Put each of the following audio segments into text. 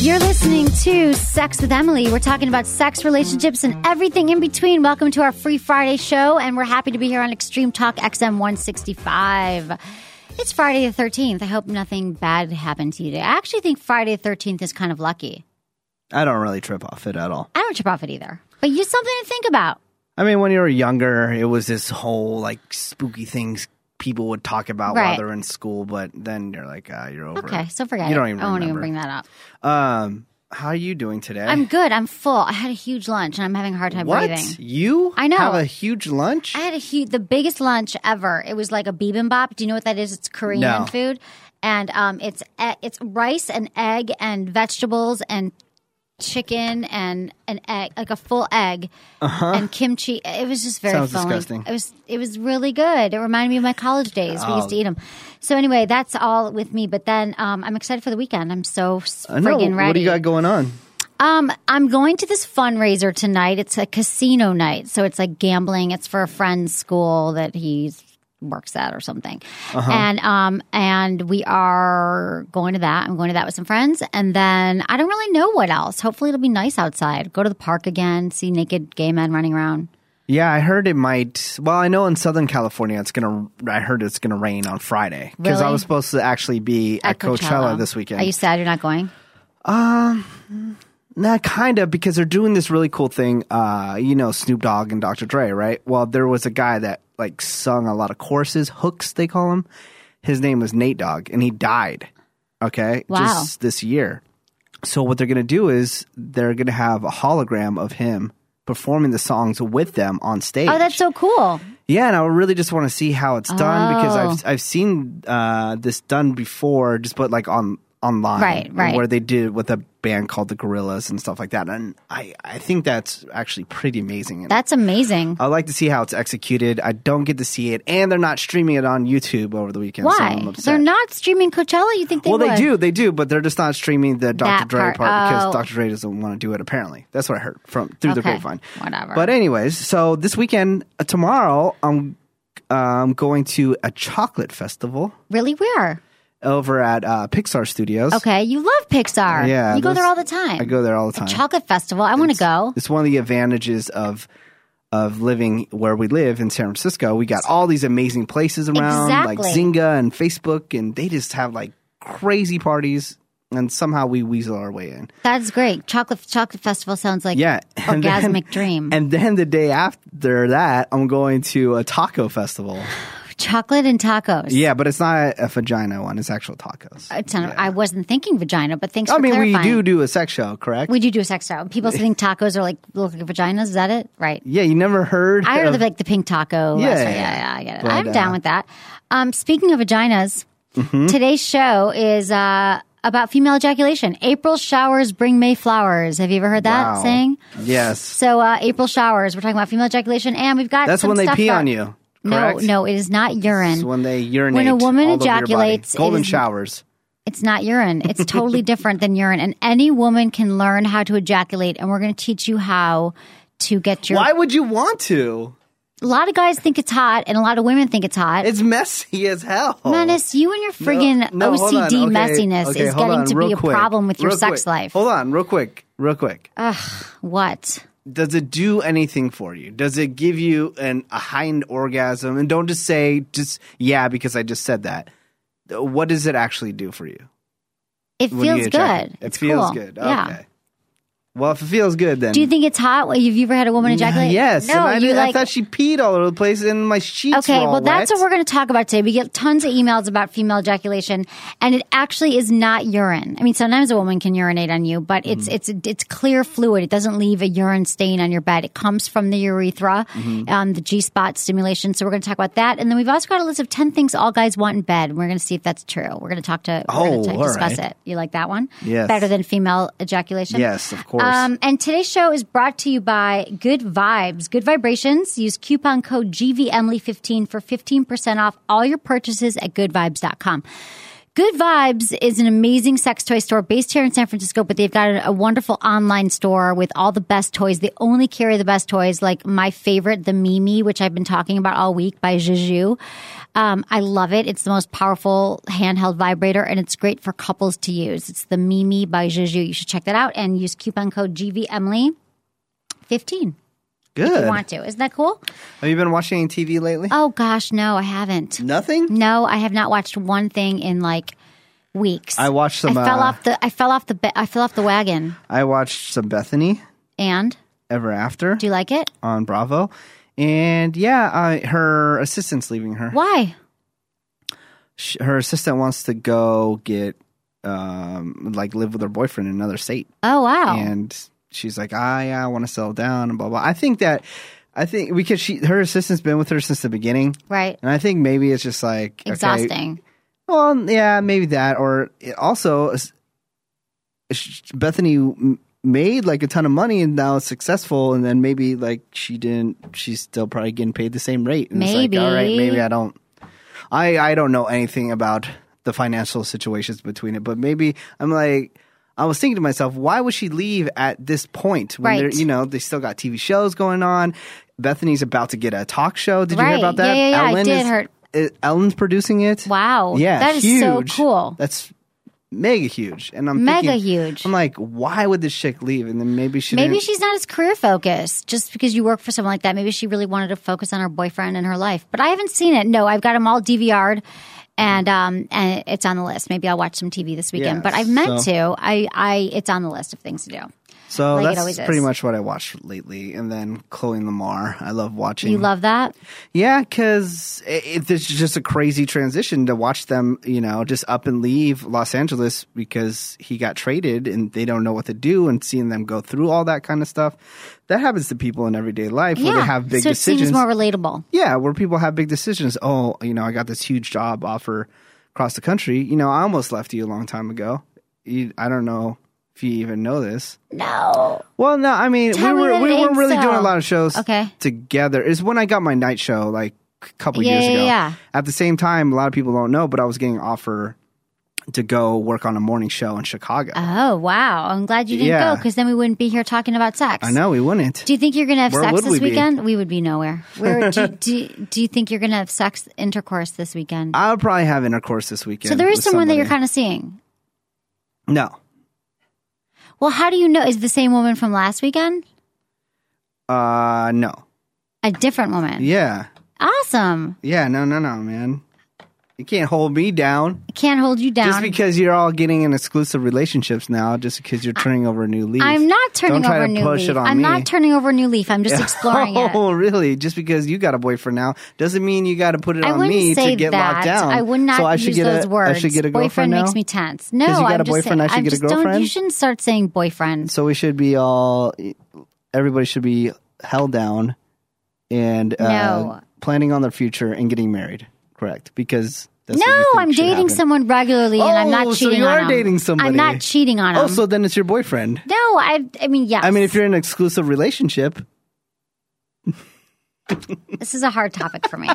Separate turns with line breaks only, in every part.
You're listening to Sex with Emily. We're talking about sex, relationships, and everything in between. Welcome to our free Friday show, and we're happy to be here on Extreme Talk XM 165. It's Friday the 13th. I hope nothing bad happened to you today. I actually think Friday the 13th is kind of lucky.
I don't really trip off it at all.
I don't trip off it either, but you something to think about.
I mean, when you were younger, it was this whole like spooky things people would talk about
Right.
while they're in school, but then you're like, ah, you're over.
Okay,
it.
so forget
You
it.
don't even
I won't even
remember.
bring that up.
Um, how are you doing today?
I'm good. I'm full. I had a huge lunch, and I'm having a hard time
what
breathing.
you?
I know.
Have a huge lunch.
I had a huge, the biggest lunch ever. It was like a bibimbap. Do you know what that is? It's Korean
No.
food, and um, it's e- it's rice and egg and vegetables and chicken and an egg, like a full egg, and kimchi. It was just very
Uh-huh. Sounds
filling.
disgusting.
It was it was really good. It reminded me of my college days. We
Oh.
used to eat them. So anyway, that's all with me. But then um, I'm excited for the weekend. I'm so s-
I know.
friggin' ready.
What do you got going on?
Um, I'm going to this fundraiser tonight. It's a casino night, so it's like gambling. It's for a friend's school that he works at or something,
Uh-huh.
and um, and we are going to that. I'm going to that with some friends, and then I don't really know what else. Hopefully, it'll be nice outside. Go to the park again, see naked gay men running around.
Yeah, I heard it might. Well, I know in Southern California, it's gonna. I heard it's gonna rain on Friday because I
Really?
was supposed to actually be at, Coachella. this weekend.
Are you sad you're not going?
Nah, kind of, because they're doing this really cool thing. Uh, you know, Snoop Dogg and Dr. Dre, right? Well, there was a guy that like sung a lot of choruses, hooks they call him. His name was Nate Dogg, and he died. Okay,
Wow.
just this year. So what they're gonna do is they're gonna have a hologram of him performing the songs with them on stage.
Oh, that's so cool.
Yeah, and I really just want to see how it's done because I've
Oh.
I've seen uh, this done before, just but like on online,
Right, right.
where they did it with a band called the Gorillas and stuff like that, and I I think that's actually pretty amazing. And
That's amazing.
I like to see how it's executed. I don't get to see it, and they're not streaming it on YouTube over the weekend. So
Why?
I'm upset.
They're not streaming Coachella. You think they
well,
would?
they do, they do, but they're just not streaming the Dr.
That
Dre part,
part,
because
oh.
Dr. Dre doesn't want to do it. Apparently, that's what I heard from through the
Okay,
grapevine.
whatever.
But anyways, so this weekend, uh, tomorrow, I'm um, going to a chocolate festival
Really? Where?
over at uh, Pixar Studios.
Okay, you love Pixar.
Yeah,
you go
those-
there all the time.
I go there all the
A
time.
chocolate festival. I want to go.
It's one of the advantages of of living where we live in San Francisco. We got all these amazing places around, like
Exactly.
Zynga and Facebook, and they just have like crazy parties. And somehow we weasel our way in.
That's great. Chocolate chocolate festival sounds like
Yeah. and then-
orgasmic dream.
And then the day after that, I'm going to a taco festival.
chocolate and tacos.
Yeah, but it's not a vagina one, it's actual tacos.
It's not- I wasn't thinking vagina, but thanks
I
for
mean, we
clarifying.
do do a sex show, correct?
We do do a sex show. People think tacos are like look like vaginas. Is that it? Right.
yeah, you never heard?
I
of,
heard of like the pink taco.
Yeah,
Yeah, yeah,
yeah.
yeah, I get it.
But,
I'm
uh,
down with that. Um, speaking of vaginas,
Mm-hmm.
today's show is uh, about female ejaculation. April showers bring May flowers. Have you ever heard that
Wow.
saying?
Yes.
So uh, April showers. We're talking about female ejaculation, and we've got
That's
some
when they
stuff
pee
about-
on you.
No,
Correct?
no, it is not urine.
It's when they urinate.
When a woman
all over your body.
ejaculates, it
golden
is-
showers.
It's not urine. It's totally different than urine. And any woman can learn how to ejaculate, and we're going to teach you how to get your.
Why would you want to?
A lot of guys think it's hot, and a lot of women think it's hot.
It's messy as hell.
Menace, you and your friggin'
No, hold on.
OCD
Okay,
messiness
okay,
is
hold
getting
on,
to be
real
a
quick.
problem with your
Real
sex
quick.
life.
Hold on, real quick, real quick.
What?
does it do anything for you? Does it give you an a heightened orgasm? And don't just say just yeah because I just said that. What does it actually do for you?
It
when you
feels
ejaculate?
good.
It
It's
feels
cool.
good. Okay.
Yeah.
Well, if it feels good, then Ah,
Do you think it's hot? Have you ever had a woman ejaculate?
Yes.
No,
and I,
you
I
like
thought she peed all over the place, and my sheets.
Okay,
were all
well, that's
wet.
what we're going to talk about today. We get tons of emails about female ejaculation, and it actually is not urine. I mean, sometimes a woman can urinate on you, but it's
Mm-hmm.
it's it's clear fluid. It doesn't leave a urine stain on your bed. It comes from the urethra,
Mm-hmm.
um, the G spot stimulation. So we're going to talk about that, and then we've also got a list of ten things all guys want in bed. and We're going to see if that's true. We're going to talk to we're
Oh,
going to
all
discuss
right.
it. You like that one?
Yes.
Better than female ejaculation.
Yes, of course. course.
Um, and today's show is brought to you by Good Vibes, Good Vibrations. Use coupon code GVEmily15 E for 15% off all your purchases at goodvibes.com. Good Vibes is an amazing sex toy store based here in San Francisco, but they've got a- a wonderful online store with all the best toys. They only carry the best toys, like my favorite, the Mimi, which I've been talking about all week by Juju. Um, I love it. It's the most powerful handheld vibrator, and it's great for couples to use. It's the Mimi by Juju. You should check that out and use coupon code GVEmily15 if
Good.
you want to. Isn't that cool?
Have you been watching any TV lately?
Oh, gosh, no, I haven't.
Nothing.
No, I have not watched one thing in like weeks.
I watched some,
I fell
uh,
off the. I fell off the. Ba- I fell off the wagon.
I watched some Bethany
And
Ever After
do you like it?
on Bravo, and yeah, I, her assistant's leaving her.
Why?
Sh Her assistant wants to go get um like live with her boyfriend in another state.
Oh wow.
and she's like, ah, yeah, I want to settle down and blah blah. I think that, I think because she her assistant's been with her since the beginning,
right.
and I think maybe it's just like okay,
Exhausting.
well, yeah, maybe that, or it also s- sh- Bethany m- made like a ton of money and now it's successful, and then maybe like she didn't, she's still probably getting paid the same rate. And it's
Maybe.
like, all right, maybe I don't, I I don't know anything about the financial situations between it, but maybe I'm like. I was thinking to myself, why would she leave at this point? When
Right.
they're you know, they still got TV shows going on. Bethany's about to get a talk show. Did you
Right.
hear about
Yeah,
that?
yeah, yeah. I
Ellen
did
is-
heard-
it- Ellen's producing it.
Wow.
Yeah,
Oh, That is
huge.
so cool.
That's mega huge, and I'm
Mega
thinking-
huge.
I'm like, why would this chick leave? And then maybe she
Maybe
didn't-
she's not as career focused just because you work for someone like that. Maybe she really wanted to focus on her boyfriend and her life. But I haven't seen it. No, I've got them all DVR'd and um and it's on the list. Maybe I'll watch some TV this weekend.
Yeah,
but I've meant
so-
to. I I it's on the list of things to do.
So
like it
that's
always is.
pretty much what I watched lately. And then Chloe Lamar, I love watching.
You love that?
Yeah, because it, it's just a crazy transition to watch them, you know, just up and leave Los Angeles because he got traded and they don't know what to do and seeing them go through all that kind of stuff. That happens to people in everyday life where they
yeah.
have big
so it
decisions.
seems more relatable.
yeah, where people have big decisions. Oh, you know, I got this huge job offer across the country. You know, I almost left you a long time ago. You, I don't know if you even know this.
No.
Well, no, I mean,
Tell
we
me
were
that
we
it
weren't
ain't
really
so.
doing a lot of shows
Okay.
together. Is when I got my night show like a couple
Yeah,
years
yeah,
ago.
yeah.
At the same time, a lot of people don't know, but I was getting an offer to go work on a morning show in Chicago.
Oh wow! I'm glad you didn't go 'cause
Yeah.
go because then we wouldn't be here talking about sex.
I know we wouldn't.
Do you think you're going to have
Where
sex
would
this
we be?
weekend? We would be nowhere. Where do, do do you think you're going to have sex intercourse this weekend?
I'll probably have intercourse this weekend.
so there is
with
someone that
somebody.
you're kind of seeing.
no.
Well, how do you know? Is the same woman from last weekend
Uh, no.
a different woman?
Yeah.
Awesome!
Yeah, no, no, no, man. You can't hold me down.
Can't hold you down.
Just because you're all getting in exclusive relationships now, just because you're turning over a new leaf.
I'm not turning
Don't try
over a
to
new
push
leaf.
It on
I'm
me.
not turning over a new leaf. I'm just exploring it.
Oh, really? Just because you got a boyfriend now doesn't mean you got to put it
I
on
wouldn't
me
say
to get
that.
locked down.
I would not
so I should
use
get
those
a,
words.
I should get a girlfriend
boyfriend
now?
makes me tense. No,
'Cause you got
I'm
a
just
boyfriend,
saying,
I should
I'm
get a
just, don't- You
girlfriend?
shouldn't start saying boyfriend.
So we should be all. Everybody should be held down and uh,
No.
planning on their future and getting married. Correct? Because that's what you
No,
think
I'm
should
dating
happen.
someone regularly, and I'm
Oh,
not
so
cheating
you
on
are
him.
dating somebody.
I'm not cheating on him.
Oh, so then it's your boyfriend.
no, I. I mean, yes.
I mean, if you're in an exclusive relationship,
this is a hard topic for me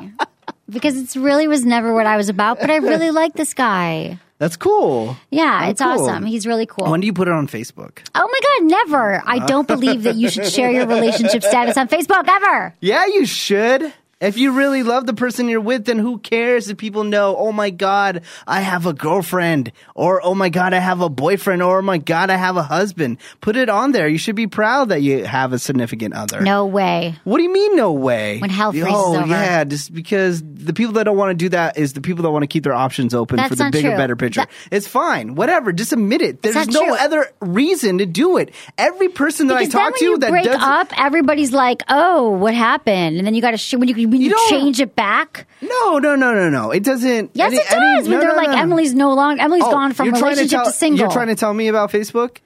because it's really was never what I was about. But I really like this guy.
that's cool.
Yeah,
Oh,
it's
cool. Oh,
awesome. He's really cool.
When do you put it on Facebook?
oh my god, never! I don't believe that you should share your relationship status on Facebook ever.
Yeah, you should. If you really love the person you're with, then who cares if people know, oh my God, I have a girlfriend, or oh my God, I have a boyfriend, or oh my God, I have a husband. Put it on there. You should be proud that you have a significant other.
No way.
What do you mean, no way?
When hell freezes
Oh,
over.
yeah, just because the people that don't want to do that is the people that want to keep their options open
That's
for the
not
bigger,
true.
better picture.
That-
it's fine. Whatever. Just admit it. There's
not
no
true.
other reason to do it. Every person that
Because
I
then
talk
when
to
you
that
break
doesn't.
up, everybody's like, "Oh, what happened?" And then you got to sh- when you when
You
you,
don't-
change it back.
No, no, no, no, no. It doesn't.
Yes,
any-
it
any-
does. when
no,
they're
no,
like,
no, no.
"Emily's no longer. Emily's
Oh,
gone from
you're trying
relationship
tell-
to single."
You're trying to tell me about Facebook?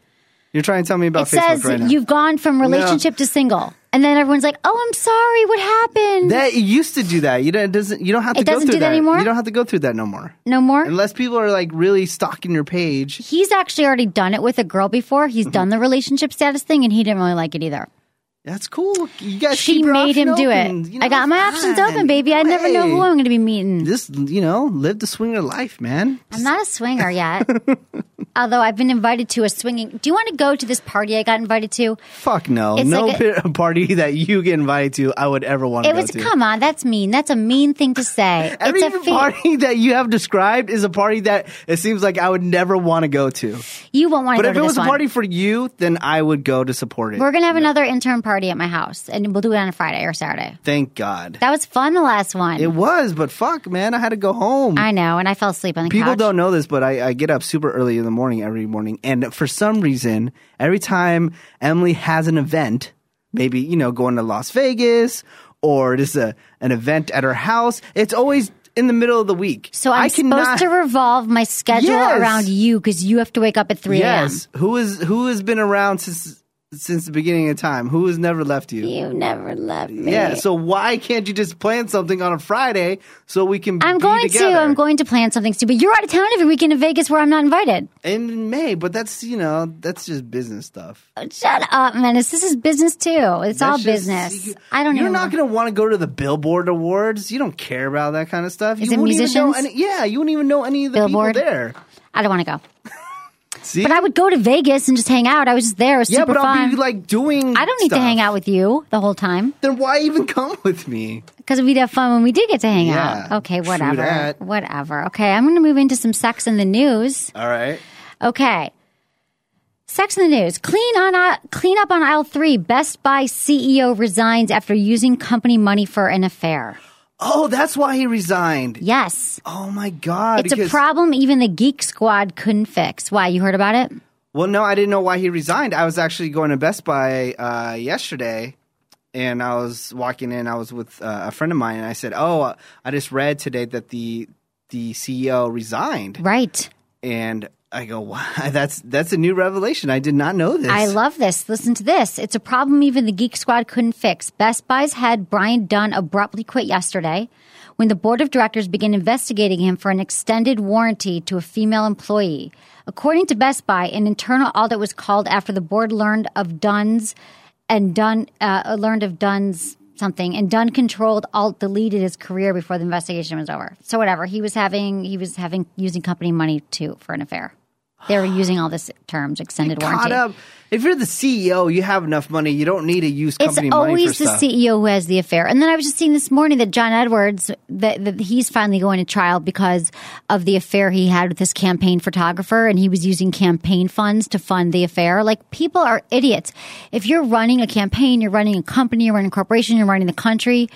You're trying to tell me about
it
Facebook
says
right now.
you've gone from relationship to single, and then everyone's like, "Oh, I'm sorry, what happened?"
that it used to do that. You don't it doesn't you don't have to
It
go
doesn't
through
do that anymore?
You don't have to go through that no more.
no more.
Unless people are like really stalking your page.
He's actually already done it with a girl before. He's done the relationship status thing, and he didn't really like it either.
That's cool. You guys
She
keep your
made him
option
do
open.
it.
You know,
I got my options
fine.
open, baby. I never know who
Hey.
I'm going to be meeting.
Just you know, live the swinger life, man.
I'm not a swinger yet. Although I've been invited to a swinging. Do you want to go to this party I got invited to?
Fuck no,
It's
no
like
pi- party that you get invited to, I would ever want to
It
go
was
to.
come on, that's mean. That's a mean thing to say.
Every
it's a fa-
party that you have described is a party that it seems like I would never want to go to.
You won't want to
But
go
if
to
it
this
was a
one.
party for you, then I would go to support it.
We're gonna have another intern party at my house, and we'll do it on a Friday or Saturday.
Thank God.
That was fun. The last one.
It was, but fuck, man, I had to go home.
I know, and I fell asleep on the
People
couch.
don't know this, but I, I get up super early in the morning every morning. And for some reason, every time Emily has an event, maybe, you know, going to Las Vegas or just a, an event at her house, it's always in the middle of the week.
So I'm
I cannot-
supposed to revolve my schedule
Yes.
around you because you have to wake up at three a.m.
Yes. Who is who has been around since since the beginning of time? Who has never left you?
You never left me.
Yeah. So why can't you just plan something on a Friday so we can?
I'm
be
going
together?
to. I'm going to plan something stupid. You're out of town every weekend in Vegas where I'm not invited.
in May, but that's you know that's just business stuff.
Shut up, Menace. This is business too. It's all
That's just-
business.
you-
I don't
You're
even
not going to want to go to the Billboard Awards. You don't care about that kind of stuff.
Is
you
it
wouldn't even know
musicians?
any- yeah, you wouldn't even know any of the
Billboard?
people there.
I don't want to go.
See?
But I would go to Vegas and just hang out. I was just there. It was
yeah,
super
but I'll
fun.
be like doing.
I don't need
stuff.
to hang out with you the whole time
Then why even come with me?
because we'd have fun when we did get to hang
Yeah,
out. Okay,
true
whatever.
that.
Whatever. Okay, I'm going to move into some sex in the news.
All right.
Okay. Sex in the news. Clean on aisle- clean up on aisle 3. Best Buy CEO resigns after using company money for an affair.
Oh, that's why he resigned.
Yes.
Oh my god!
It's a
because-
problem even the Geek Squad couldn't fix. Why? You heard about it?
Well, no, I didn't know why he resigned. I was actually going to Best Buy uh, yesterday, and I was walking in. I was with uh, a friend of mine, and I said, "Oh, uh, I just read today that the the CEO resigned."
Right.
And I go, "Wow, that's that's a new revelation. I did not know this."
I love this. Listen to this. It's a problem even the Geek Squad couldn't fix. Best Buy's head, Brian Dunn, abruptly quit yesterday when the board of directors began investigating him for an extended warranty to a female employee. According to Best Buy, an internal audit was called after the board learned of Dunn's and Dunn uh, learned of Dunn's something and Dunn controlled alt deleted his career before the investigation was over. So whatever, he was having he was having using company money to for an affair. They were using all this terms extended warranty.
caught up. If you're the CEO, you have enough money. You don't need to use
It's
company money for
always the E
stuff.
CEO who has the affair. And then I was just seeing this morning that John Edwards that, that he's finally going to trial because of the affair he had with this campaign photographer, and he was using campaign funds to fund the affair. Like people are idiots. If you're running a campaign, you're running a company, you're running a corporation, you're running the country.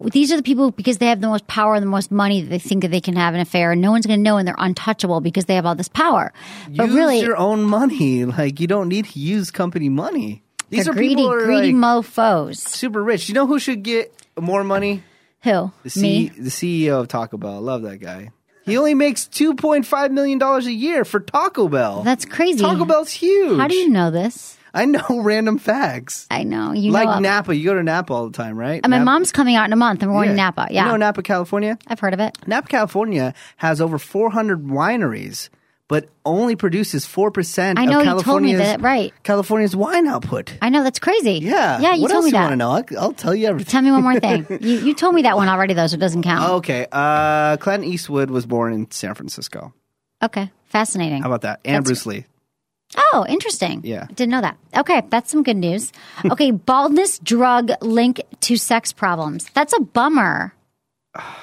These are the people because they have the most power and the most money that they think that they can have an affair, and no one's going to know, and they're untouchable because they have all this power. But
use
really,
your own money. Like you don't need to use company money. These
they're
are
greedy,
people who are
greedy
like,
mofo's.
super rich. You know who should get more money?
Who?
The, E
Me?
the CEO of Taco Bell. I love that guy. He only makes two point five million dollars a year for Taco Bell.
That's crazy.
Taco Bell's huge.
How do you know this?
I know random facts.
I know. You
like
know,
Napa, you go to Napa all the time, right?
And my
Napa-
mom's coming out in a month, and we're going to Napa. Yeah,
you know Napa, California.
I've heard of it.
Napa, California has over four hundred wineries, but only produces four percent.
I know
of
you told me
California's
that, right.
California's wine output.
I know that's crazy.
Yeah,
yeah. You
what
told
else
me
you
that.
want to know? I'll, I'll tell you everything.
Tell me one more thing. you, you told me that one already, though, so it doesn't count.
Okay, uh, Clint Eastwood was born in San Francisco.
Okay, fascinating.
How about that? And Bruce Lee.
Oh, interesting.
Yeah.
Didn't know that. Okay, that's some good news. Okay, baldness drug link to sex problems. That's a bummer.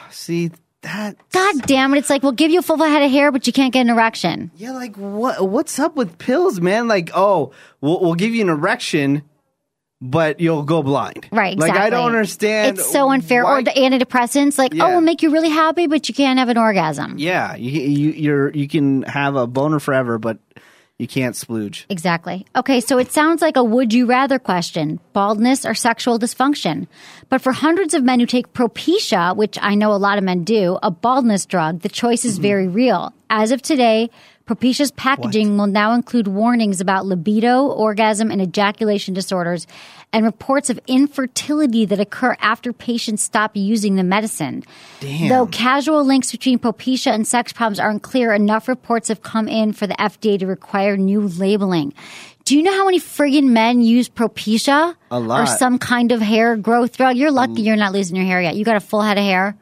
See that?
God damn it. It's like, we'll give you a full head of hair, but you can't get an erection.
Yeah, like what? What's up with pills, man? Like, oh, we'll, we'll give you an erection, but you'll go blind.
Right, exactly.
Like, I don't understand.
It's so unfair.
why-
Or the antidepressants, like,
Yeah.
oh, we'll make you really happy, but you can't have an orgasm.
yeah, you you you're, you can have a boner forever, but You can't splooge.
Exactly. Okay, so it sounds like a would you rather question baldness or sexual dysfunction. But for hundreds of men who take Propecia, which I know a lot of men do, a baldness drug, the choice is very real. As of today, Propecia's packaging will now include warnings about libido, orgasm, and ejaculation disorders, and reports of infertility that occur after patients stop using the medicine. Though casual links between Propecia and sex problems aren't clear, enough reports have come in for the FDA to require new labeling. Do you know how many friggin' men use Propecia?
A lot. Um,
Or some kind of hair growth drug? You're lucky you're not losing your hair yet. You got a full head of hair.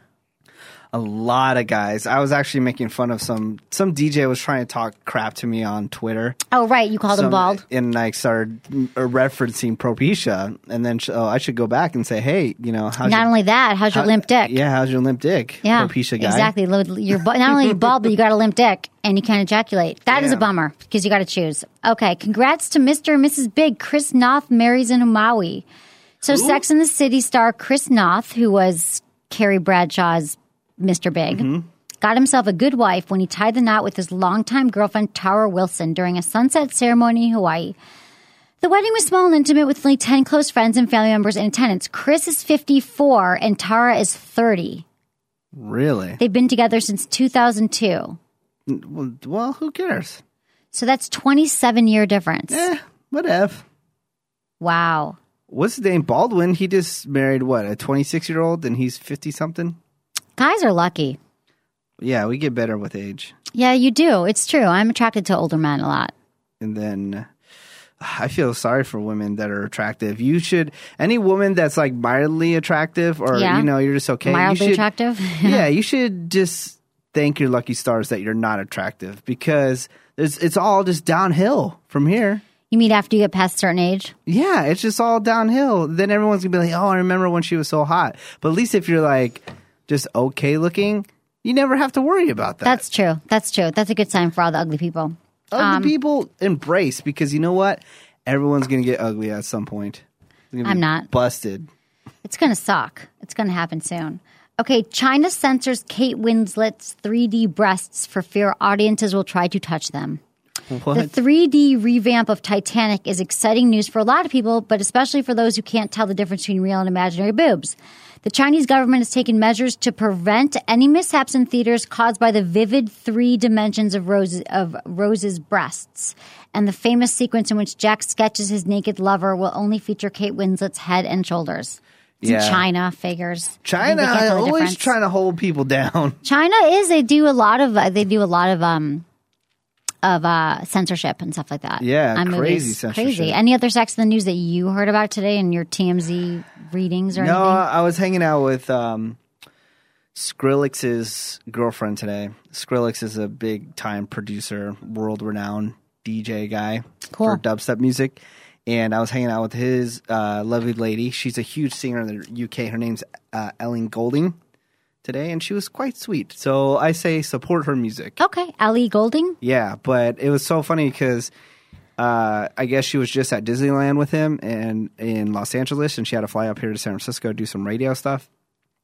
A lot of guys. I was actually making fun of some some DJ was trying to talk crap to me on Twitter.
Oh, right. You called him
Some-
bald.
And I started uh, referencing Propecia, and then sh- oh, I should go back and say, hey, you know, how's
Not
your,
only that, how's your
how-
limp dick?
Yeah, how's your limp dick?
Yeah,
Propecia guy.
Exactly. Lo- You're bu- not only bald, but you got a limp dick and you can't ejaculate. That is a
Damn.
bummer because you got to choose. Okay, congrats to Mr. and Mrs. Big. Chris Noth marries in Maui. So, Sex and the City star Chris Noth, who was Carrie Bradshaw's Mr. Big, got himself a good wife when he tied the knot with his longtime girlfriend Tara Wilson during a sunset ceremony in Hawaii. The wedding was small and intimate with only 10 close friends and family members in attendance. Chris is 54 and Tara is 30.
Really?
They've been together since 2002.
Well, well, who cares?
So that's 27 year difference.
Eh, whatever.
Wow.
What's his name? Baldwin. He just married what a twenty six year old, and he's fifty something.
Guys are lucky.
Yeah, we get better with age.
Yeah, you do. It's true. I'm attracted to older men a lot.
and then I feel sorry for women that are attractive. You should any woman that's like mildly attractive or
Yeah.
you know you're just okay. you
Mildly
should-
attractive?
yeah, you should just thank your lucky stars that you're not attractive because it's it's all just downhill from here.
You mean after you get past a certain age?
Yeah, it's just all downhill. Then everyone's gonna be like, "Oh, I remember when she was so hot." But at least if you're like just okay looking, you never have to worry about that.
That's true. That's true. That's a good sign for all the ugly people. Um,
ugly people embrace because you know what? Everyone's gonna get ugly at some point. They're gonna
I'm
be
not.
busted.
It's going to suck. It's going to happen soon. Okay, China censors Kate Winslet's 3D breasts for fear audiences will try to touch them.
What?
The 3D revamp of Titanic is exciting news for a lot of people, but especially for those who can't tell the difference between real and imaginary boobs. The Chinese government has taken measures to prevent any mishaps in theaters caused by the vivid three dimensions of Rose, of Rose's breasts. And the famous sequence in which Jack sketches his naked lover will only feature Kate Winslet's head and shoulders. It's in
Yeah.
China figures.
China
I think they
I
can't tell the
always
difference.
trying to hold people down.
China is they do a lot of uh, they do a lot of um of uh censorship and stuff like that.
Yeah,
On
crazy
movies.
censorship.
Crazy. Any other sex in the news that you heard about today in your TMZ readings or
no,
anything?
I was hanging out with um, Skrillex's girlfriend today. Skrillex is a big time producer, world renowned DJ guy
Cool.
for dubstep music. And I was hanging out with his uh, lovely lady. She's a huge singer in the UK. Her name's uh, Ellen Golding today, and she was quite sweet. So I say support her music.
Okay, Ali Golding.
Yeah, but it was so funny because uh, I guess she was just at Disneyland with him and in Los Angeles, and she had to fly up here to San Francisco do some radio stuff,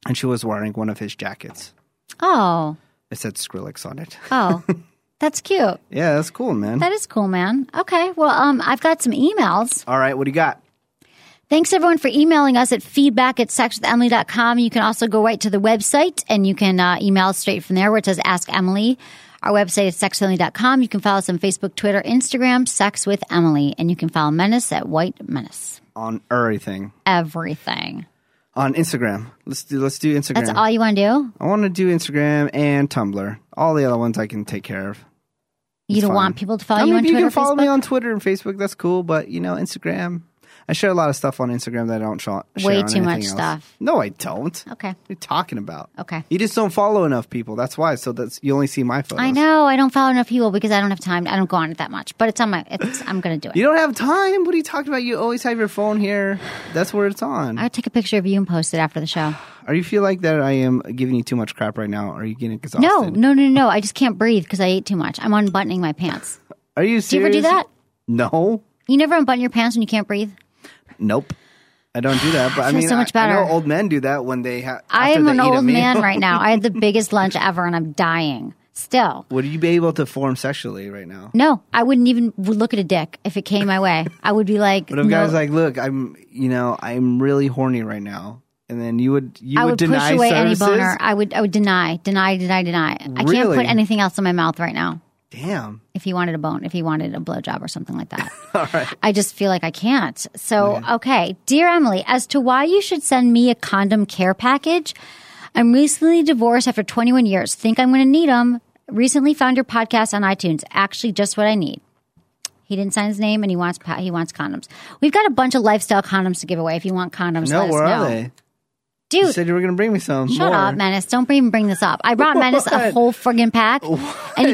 and she was wearing one of his jackets.
Oh,
It said Skrillex on it.
oh, that's cute.
yeah, that's cool, man.
That is cool, man. Okay, well, um, I've got some emails.
All right, what do you got?
Thanks everyone for emailing us at feedback at sexwithemily.com. You can also go right to the website and you can uh, email straight from there where it says Ask Emily. Our website is sexwithemily.com. You can follow us on Facebook, Twitter, Instagram, Sex with Emily. And you can follow Menace at White Menace.
On everything
Everything.
on Instagram. Let's do let's do Instagram.
That's all you want to do?
I want to do Instagram and Tumblr. All the other ones I can take care of.
You
It's
don't
fine.
want people to follow
I
you
mean,
on
if
Twitter
You can follow
Facebook?
me on Twitter and Facebook. That's cool, but you know, Instagram. I share a lot of stuff on Instagram that I don't show, share
Way
on
too much
anything else.
stuff.
No, I don't. What
Okay.
are you talking about?
Okay.
You just don't follow enough people. That's why. So that's you only see my photos.
I know. I don't follow enough people because I don't have time. I don't go on it that much. But it's on my, it's, I'm going to do it.
You don't have time. What are you talking about? You always have your phone here. That's where it's on.
I'll take a picture of you and post it after the show.
Are you feel like that I am giving you too much crap right now? Are you getting exhausted?
No, no, no, no. I just can't breathe because I ate too much. I'm unbuttoning my pants.
Are you
Do you ever
serious?
do that?
No.
You never unbutton your pants when you can't breathe?
Nope. I don't do that. But I,
feel
mean,
so much
I- I,
better.
know old men do that when they have.
I am an old man right now. I had the biggest lunch ever and I'm dying. still.
Would you be able to form sexually right now?
No, I wouldn't even would look at a dick if it came my way. I would be like,
But if
no,
guys like, look, I'm, you know, I'm really horny right now, and then you would, you
I
would,
would push
deny
away
services.
any boner. I would I would deny, deny, deny, deny. I can't
Really?
put anything else in my mouth right now.
Damn.
If he wanted a bone, if he wanted a blowjob or something like that, I just feel like I can't. So okay, dear Emily, as to why you should send me a condom care package, I'm recently divorced after 21 years. Think I'm going to need them. Recently found your podcast on iTunes. Actually, just what I need. He didn't sign his name, and he wants pa- he wants condoms. We've got a bunch of lifestyle condoms to give away. If you want condoms,
No,
let us
where
know.
are they? You
Dude,
said you were gonna bring me some.
Shut
more.
up, Menace. Don't even bring this up. I brought Menace a
What?
whole friggin' pack, and he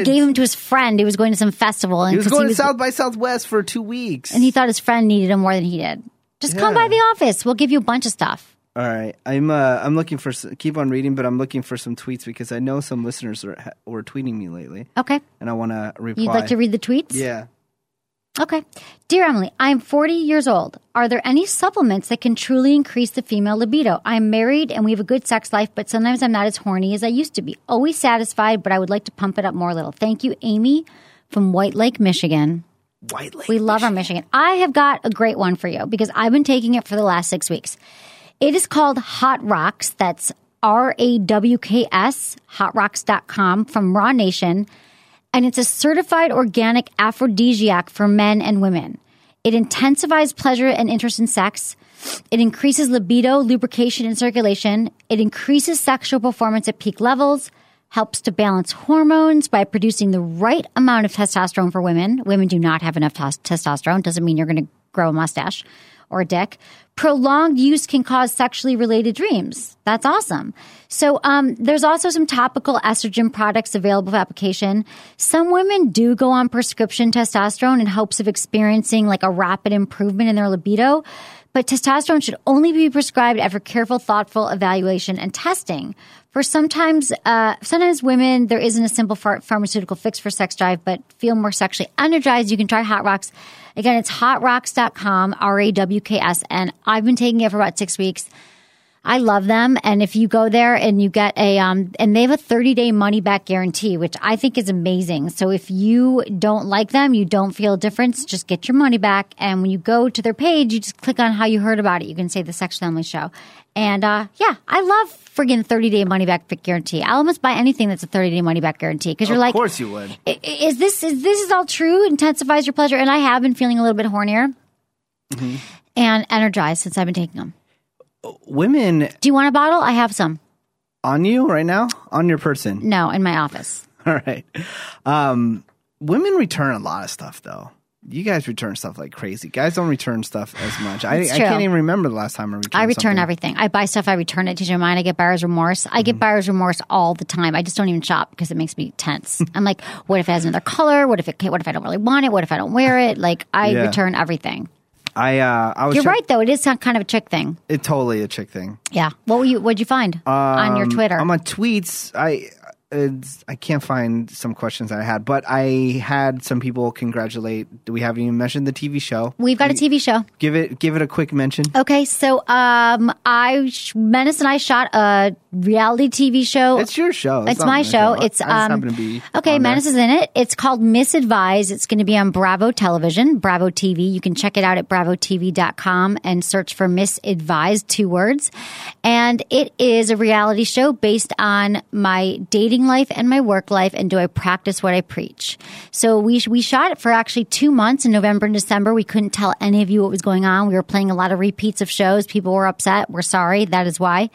What?
gave him to his friend. He was going to some festival, and
He was
'cause
going
he was-
to South by Southwest for two weeks.
and he thought his friend needed him more than he did. Just come
Yeah.
by the office. We'll give you a bunch of stuff.
All right, I'm uh, I'm looking for s- keep on reading, but I'm looking for some tweets because I know some listeners are ha- were tweeting me lately,
Okay.
and I want to reply.
You'd like to read the tweets?
Yeah.
Okay. Dear Emily, I am 40 years old. Are there any supplements that can truly increase the female libido? I am married and we have a good sex life, but sometimes I'm not as horny as I used to be. Always satisfied, but I would like to pump it up more a little. Thank you, Amy from White Lake, Michigan.
White Lake.
We love our Michigan. I have got a great one for you because I've been taking it for the last six weeks. It is called Hot Rocks. That's R A W K S, hotrocks.com from Raw Nation. And it's a certified organic aphrodisiac for men and women. It intensifies pleasure and interest in sex. It increases libido, lubrication, and circulation. It increases sexual performance at peak levels, helps to balance hormones by producing the right amount of testosterone for women. Women do not have enough tos- testosterone. Doesn't mean you're going to grow a mustache or a dick. Prolonged use can cause sexually related dreams. That's awesome. So um, there's also some topical estrogen products available for application. Some women do go on prescription testosterone in hopes of experiencing like a rapid improvement in their libido, but testosterone should only be prescribed after careful, thoughtful evaluation and testing. For sometimes, uh, sometimes women, there isn't a simple phar- pharmaceutical fix for sex drive, but feel more sexually energized. You can try Hot Rocks. Again, it's hotrocks.com, R A W K S. And I've been taking it for about six weeks. I love them. And if you go there and you get a, um, and they have a 30 day money back guarantee, which I think is amazing. So if you don't like them, you don't feel a difference, just get your money back. And when you go to their page, you just click on how you heard about it. You can say the Sexual Emily Show. And uh, yeah, I love friggin' 30 day money back guarantee. I almost buy anything that's a 30 day money back guarantee because you're
of
like,
course you would.
I- I- is this is this is all true intensifies your pleasure and i have been feeling a little bit hornier
Mm-hmm.
and energized since i've been taking them
Women
do you want a bottle i have some
on you right now on your person.
no in my office
All right. Um, women return a lot of stuff though. You guys return stuff like crazy. Guys don't return stuff as much. I, I
It's true.
can't even remember the last time I returned.
i return
something. Mm-hmm.
everything i buy stuff i return it to your mind i get buyer's remorse i get buyer's remorse all the time i just don't even shop because it makes me tense i'm like what if it has another color what if it can't what if i don't really want it what if i don't wear it like i
Yeah.
return everything
I uh, I was.
you're
check-
right though it is some kind of a chick thing
It totally a chick thing. Mm,
yeah what were you what'd you find on your twitter
Um, I'm on tweets. I it's, I can't find some questions that I had, but I had some people congratulate. We haven't even mentioned the TV show.
we've got a tv show
Give it give it a quick mention.
Okay, so um, I sh- Menace and I shot a reality TV show.
It's your show.
It's
not
my show.
I-
It's
I
um,
just happen to be
okay.
on there.
Menace is in it. It's called Misadvised. It's going to be on Bravo Television, Bravo TV. You can check it out at bravotv.com and search for Misadvised, two words. And it is a reality show based on my dating life and my work life, and do I practice what I preach? So we we shot it for actually two months in November and December. We couldn't tell any of you what was going on. We were playing a lot of repeats of shows. People were upset. We're sorry. That is why.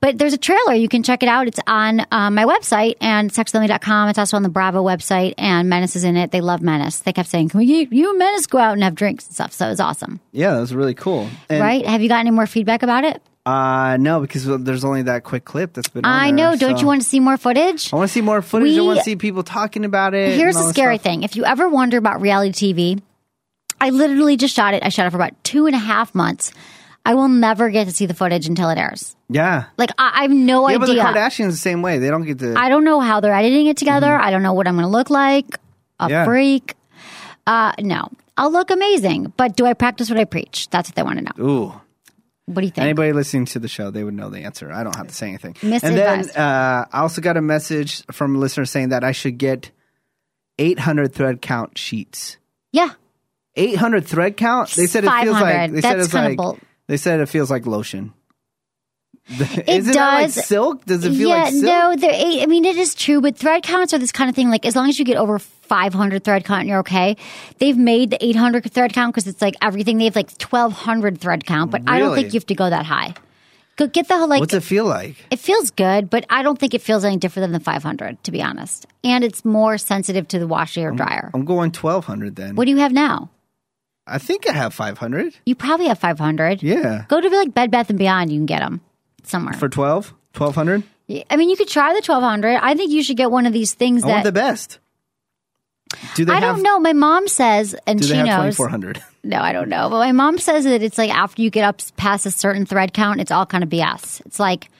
But there's a trailer. You can check it out. It's on um, my website and sexwithemily.com. It's also on the Bravo website, and Menace is in it. They love Menace. They kept saying, Can we, you, you and Menace go out and have drinks and stuff. So it was awesome.
Yeah, that was really cool. And,
right? Have you got any more feedback about it?
Uh, no, because there's only that quick clip that's been. on
I
there,
know. Don't
so-
you want to see more footage?
I want to see more footage. I
We-
want to see people talking about it. and
Here's
all
the
this
scary
stuff.
thing. If you ever wonder about reality TV, I literally just shot it. I shot it for about two and a half months. I will never get to see the footage until it airs.
Yeah.
Like, I, I have no
Yeah, but the
idea.
Kardashians the same way. They don't get to.
I don't know how they're editing it together. I don't know what I'm going to look like. A
Mm-hmm. Yeah.
freak. Uh, no, I'll look amazing, but do I practice what I preach? That's what they want to know.
Ooh.
What do you think?
Anybody listening to the show, they would know the answer. I don't have to say anything.
Misadvised.
And then uh, I also got a message from a listener saying that I should get 800 thread count sheets.
yeah.
800 thread count? They said it feels
500.
like they said
That's
it's
kinda
like
bold.
they said it feels like lotion. It Isn't that like
does.
silk? Does it feel
yeah,
like silk?
no, there. I I mean, it is true, but thread counts are this kind of thing. Like, as long as you get over 500 thread count, you're okay. They've made the 800 thread count because it's like everything. They have like 1,200 thread count, but I don't
Really?
think you have to go that high. Go get the whole like.
What's it feel like?
It feels good, but I don't think it feels any different than the 500, to be honest. And it's more sensitive to the washer
Um,
or dryer.
I'm going 1200 then.
What do you have now?
I think I have 500.
You probably have 500.
Yeah.
Go to like Bed Bath and Beyond. You can get them somewhere.
For 12? 1200?
I mean, you could try the 1,200. I think you should get one of these things
I want
that
the best. Do they
I
have
don't know. My mom says, and
Do
she
they have
knows.
2400?
No, I don't know. But my mom says that it's like after you get up past a certain thread count, it's all kind of BS. It's like,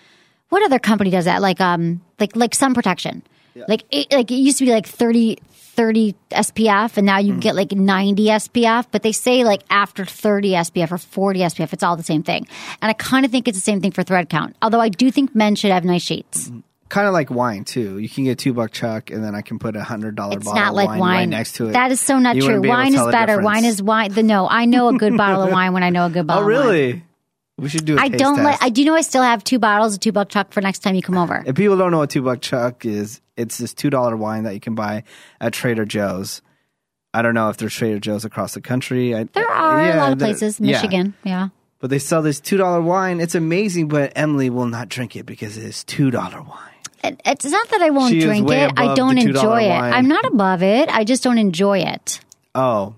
what other company does that? Like, um, like like sun protection. Like it, like it used to be like 30, 30 SPF, and now
Mm-hmm.
you can get like ninety SPF. But they say like after thirty SPF or forty SPF, it's all the same thing. And I kind of think it's the same thing for thread count. Although I do think men should have nice sheets.
Kind of like wine too. You can get 2 buck chuck and then I can put a $100 bottle
It's
of
not like wine,
right next to it.
That is so not
You
true.
wouldn't be able to
Wine is
tell the
better.
difference.
Wine is wine. The, no, I know a good bottle of wine when I know a good
Oh
bottle. of wine.
really? We should do I
I don't like. I do know I still have two bottles of two buck chuck for next time you come over.
If people don't know what two buck chuck is, it's this two dollar wine that you can buy at Trader Joe's. I don't know if there's Trader Joe's across the country. I,
There are
yeah,
a lot of
there-
places,
yeah.
Michigan. Yeah.
but they sell this two dollar wine. It's amazing, but Emily will not drink it because it is two dollar wine.
It- It's not that I won't
She is
drink
way
it. I
above
don't
the $2
enjoy it.
wine.
I'm not above it. I just don't enjoy it.
Oh,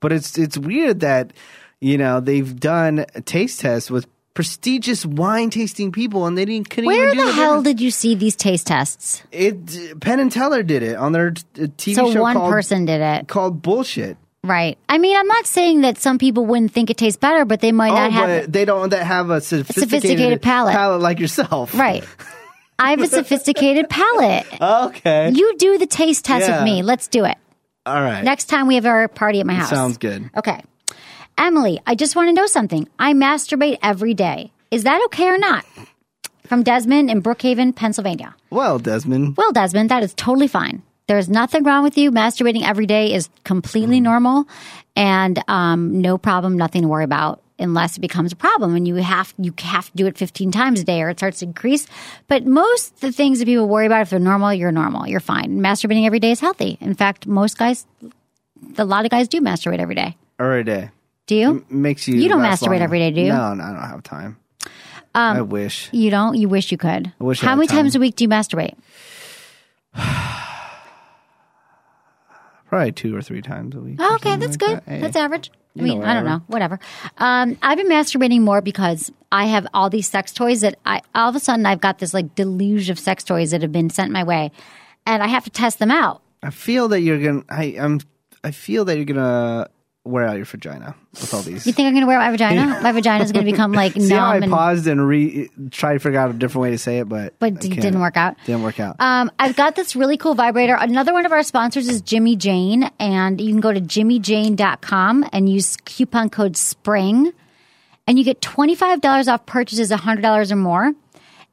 but it's it's weird that you know they've done a taste tests with prestigious wine tasting people, and they didn't. Couldn't
Where
even do
the
it.
hell did you see these taste tests?
it? Penn and Teller did it on their t- TV
So
show
one
called-
person did it,
called bullshit.
right? I mean, I'm not saying that some people wouldn't think it tastes better, but they might
Oh,
not have.
but
it.
they don't that have a sophisticated,
sophisticated palate.
like yourself.
Right. I have a sophisticated palate.
Okay.
You do the taste test
Uh, Yeah.
with me. Let's do it.
All right.
Next time we have our party at my house.
Sounds good.
Okay. Emily, I just want to know something. I masturbate every day. Is that okay or not? From Desmond in Brookhaven, Pennsylvania.
Well, Desmond.
Well, Desmond, that is totally fine. There is nothing wrong with you. Masturbating every day is completely
Mm-hmm.
normal and um, no problem, nothing to worry about unless it becomes a problem and you have you have to do it 15 times a day or it starts to increase but most of the things that people worry about if they're normal you're normal you're fine masturbating every day is healthy in fact most guys a lot of guys do masturbate every day
Every day.
do you
Makes you
You don't
last
masturbate
longer.
every day, do you? Um,
No, no, I don't have time. I wish.
You don't. You wish you could.
wish I
How
had
many
time.
times a week do you masturbate?
Probably two or three times a week. or
Oh, okay,
something
that's
like
good.
that. Hey.
That's average. I
know,
mean, I don't know. Whatever. Um, I've been masturbating more because I have all these sex toys that I all of a sudden I've got this like deluge of sex toys that have been sent my way, and I have to test them out.
I feel that you're gonna I I'm I feel that you're gonna wear out your vagina with all these.
You think I'm going to wear my vagina? My vagina is going to become like
See how I
numb. and,
paused and re tried to figure out a different way to say it, but
but
I
it
can't.
didn't work out.
Didn't work out.
Um, I've got this really cool vibrator. Another one of our sponsors is Jimmy Jane, and you can go to jimmyjane.com and use coupon code SPRING, and you get $25 off purchases $100 or more.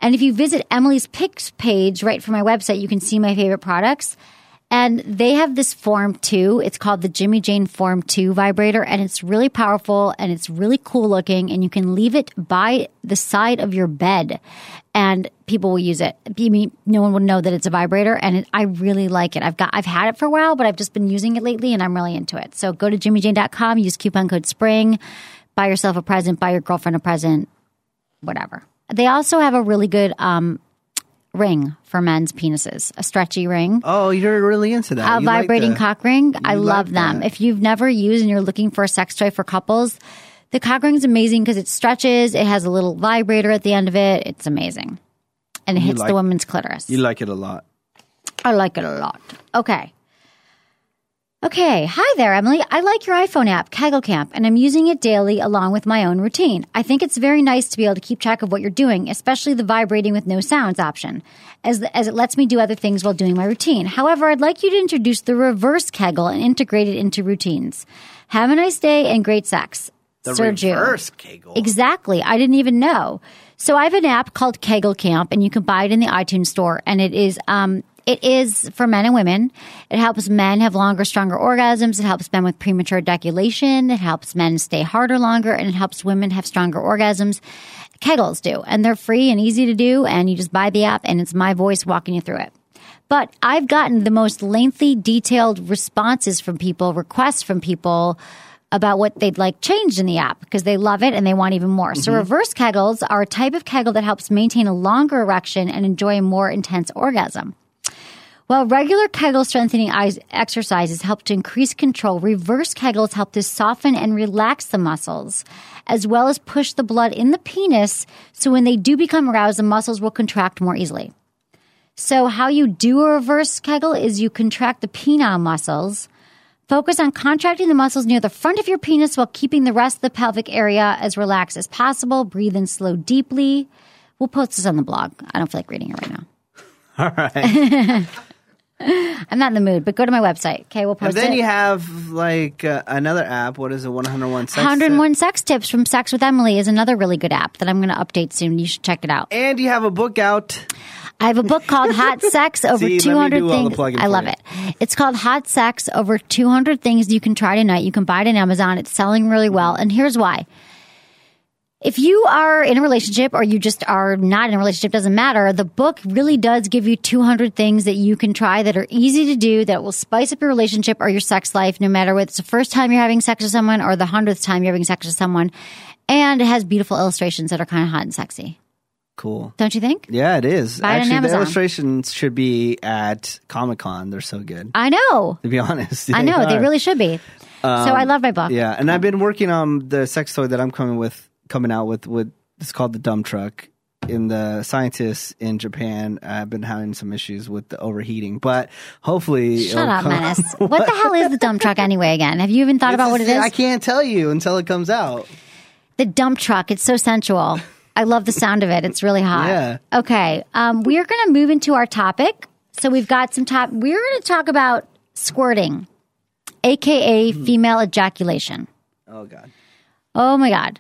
And if you visit Emily's Picks page right from my website, you can see my favorite products. And they have this Form 2. It's called the Jimmy Jane Form 2 vibrator, and it's really powerful and it's really cool looking. And you can leave it by the side of your bed, and people will use it. I mean, no one will know that it's a vibrator, and it, I really like it. I've got, I've had it for a while, but I've just been using it lately, and I'm really into it. So go to jimmyjane.com, use coupon code SPRING, buy yourself a present, buy your girlfriend a present, whatever. They also have a really good um, ring for men's penises, a stretchy ring
oh, you're really into that.
a
You like
uh, vibrating
the-
cock ring. I
you
love
like
them.
that.
If you've never used and you're looking for a sex toy for couples, the cock ring's amazing because it stretches. It has a little vibrator at the end of it. It's amazing, and it hits
like-
the woman's clitoris.
You like it a lot.
I like it a lot. Okay. Okay. Hi there, Emily. I like your iPhone app, Kegel Camp, and I'm using it daily along with my own routine. I think it's very nice to be able to keep track of what you're doing, especially the vibrating with no sounds option, as, as it lets me do other things while doing my routine. However, I'd like you to introduce the reverse Kegel and integrate it into routines. Have a nice day and great sex.
The
Sergio.
reverse Kegel.
Exactly. I didn't even know. So I have an app called Kegel Camp, and you can buy it in the iTunes store. And it is um, it is for men and women. It helps men have longer, stronger orgasms. It helps men with premature ejaculation. It helps men stay harder longer, and it helps women have stronger orgasms. Kegels do, and they're free and easy to do. And you just buy the app, and it's my voice walking you through it. But I've gotten the most lengthy, detailed responses from people, requests from people about what they'd like changed in the app because they love it and they want even more. So, reverse kegels are a type of kegel that helps maintain a longer erection and enjoy a more intense orgasm. While regular kegel strengthening eyes- exercises help to increase control, reverse kegels help to soften and relax the muscles, as well as push the blood in the penis. So, when they do become aroused, the muscles will contract more easily. So, how you do a reverse kegel is you contract the penile muscles. Focus on contracting the muscles near the front of your penis while keeping the rest of the pelvic area as relaxed as possible. Breathe in slow, deeply. We'll post this on the blog. I don't feel like reading it right now.
All right.
I'm not in the mood, but go to my website. Okay, we'll
and
post
then
it.
you have like uh, another app. What is it? 101 sex.
101 Sex Tips from Sex with Emily is another really good app that I'm going to update soon. You should check it out.
And you have a book out.
I have a book called Hot Sex Over
See, let me
200
do all the
Things.
plugging
I
for
love
you.
it. It's called Hot Sex Over 200 Things You Can Try Tonight. You can buy it on Amazon. It's selling really well. And here's why. If you are in a relationship or you just are not in a relationship, doesn't matter. The book really does give you 200 things that you can try that are easy to do that will spice up your relationship or your sex life, no matter whether it's the first time you're having sex with someone or the hundredth time you're having sex with someone. And it has beautiful illustrations that are kind of hot and sexy.
Cool.
Don't you think?
Yeah, it is.
Buy it on
Actually, the
Amazon.
illustrations should be at Comic Con. They're so good.
I know.
To be honest,
I know they
are.
really should be. so I love my book.
Um, Yeah, and I've been working on the sex toy that I'm coming with, coming out with. With it's called the dump truck. In the scientists in Japan, I've been having some issues with the overheating, but hopefully,
Shut up, menace. What the hell is the dump truck anyway? Again, have you even thought about what it is?
I can't tell you until it comes out.
The dump truck. It's so sensual. I love the sound of it. It's really hot.
Yeah.
Okay. Um, we are going to move into our topic. So we've got some top. We're going to talk about squirting, aka
Hmm.
female ejaculation.
Oh God,
Oh my god.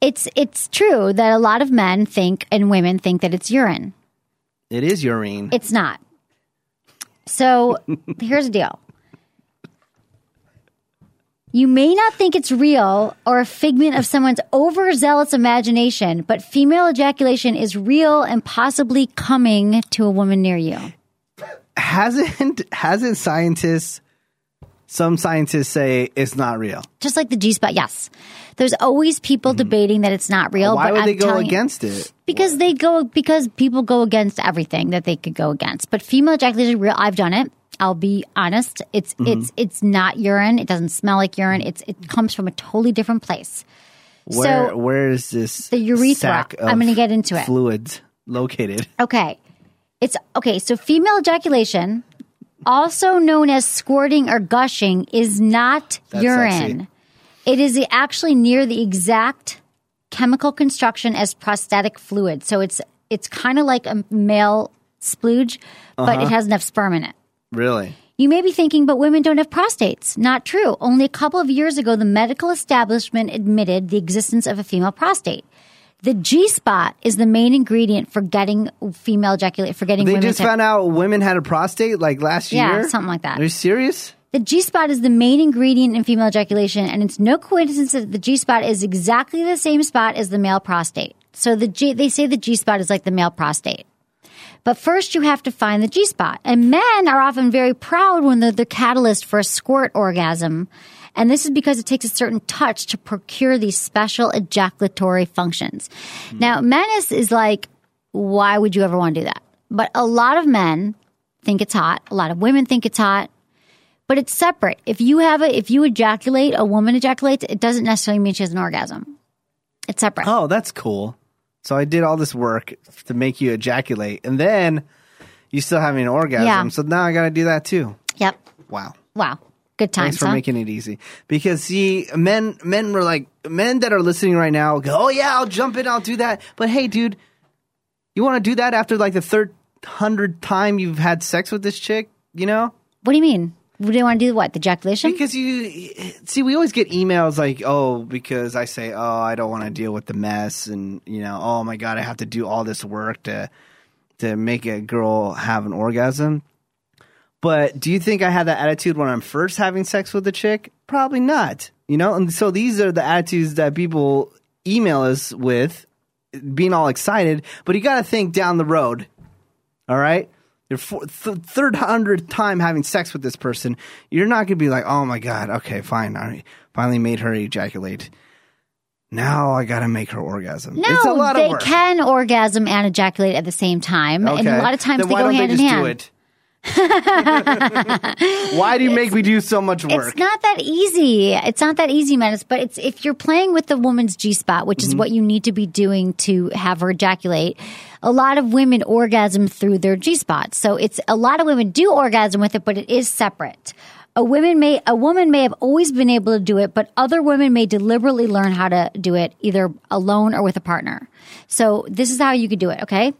It's it's true that a lot of men think and women think that it's urine.
it is urine.
It's not. So here's the deal. You may not think it's real or a figment of someone's overzealous imagination, but female ejaculation is real and possibly coming to a woman near you.
hasn't hasn't scientists? Some scientists say it's not real.
Just like the G spot, yes. There's always people debating that it's not real.
Mm-hmm. Why
but
would
I'm
they go
telling you-
against it?
Because they go because people go against everything that they could go against. But female ejaculation, real. I've done it. I'll be honest. It's it's it's not urine. It doesn't smell like urine. It's it comes from a totally different place.
Where
so
where is this
the urethra.
Sack of
I'm gonna get into it.
Fluids located.
okay, it's okay. So female ejaculation, also known as squirting or gushing, is not
That's
urine. It is actually near the exact chemical construction as prostatic fluid. So it's it's kind of like a male splooge, but it has enough sperm in it.
Really?
You may be thinking, but women don't have prostates. Not true. Only a couple of years ago, the medical establishment admitted the existence of a female prostate. The G spot is the main ingredient for getting female ejaculate, for getting
They
women
just
to-
found out women had a prostate like last
Yeah,
year.
something like that.
Are you serious?
The G spot is the main ingredient in female ejaculation, and it's no coincidence that the G spot is exactly the same spot as the male prostate. So the G, they say the G spot is like the male prostate. But first, you have to find the G spot. And men are often very proud when they're the catalyst for a squirt orgasm. And this is because it takes a certain touch to procure these special ejaculatory functions.
Hmm.
Now, menace is like, why would you ever want to do that? But a lot of men think it's hot. A lot of women think it's hot but it's separate. If you have a, if you ejaculate, a woman ejaculates, it doesn't necessarily mean she has an orgasm. It's separate.
Oh, that's cool. So I did all this work to make you ejaculate, and then you still having an orgasm.
Yeah.
So now I got to do that too.
Yep.
Wow.
Wow. Good times.
Thanks for
huh?
making it easy. Because see, men men were like men that are listening right now go, Oh yeah, I'll jump in, I'll do that. But hey dude, you wanna do that after like the third hundred time you've had sex with this chick, you know?
what do you mean? do you want to do what? The ejaculation?
Because you see, we always get emails like, "Oh, because I say, oh, I don't want to deal with the mess," and you know, "Oh my god, I have to do all this work to to make a girl have an orgasm." But do you think I had that attitude when I'm first having sex with a chick? Probably not. You know, and so these are the attitudes that people email us with, being all excited. But you got to think down the road. All right. Your four, th- third hundredth time having sex with this person, you're not going to be like, oh my God, okay, fine. I finally made her ejaculate. Now I got to make her orgasm.
No,
it's a lot
they
of work.
can orgasm and ejaculate at the same time, and
Okay.
a lot of times
Then
they
why
go
don't
hand
they just
in hand.
Do it? why do you make me do so much work?
It's not that easy. It's not that easy, Menace. But it's if you're playing with the woman's G spot, which is what you need to be doing to have her ejaculate. A lot of women orgasm through their G spot, so it's a lot of women do orgasm with it, but it is separate. A woman may a woman may have always been able to do it, but other women may deliberately learn how to do it either alone or with a partner. So this is how you could do it. Okay.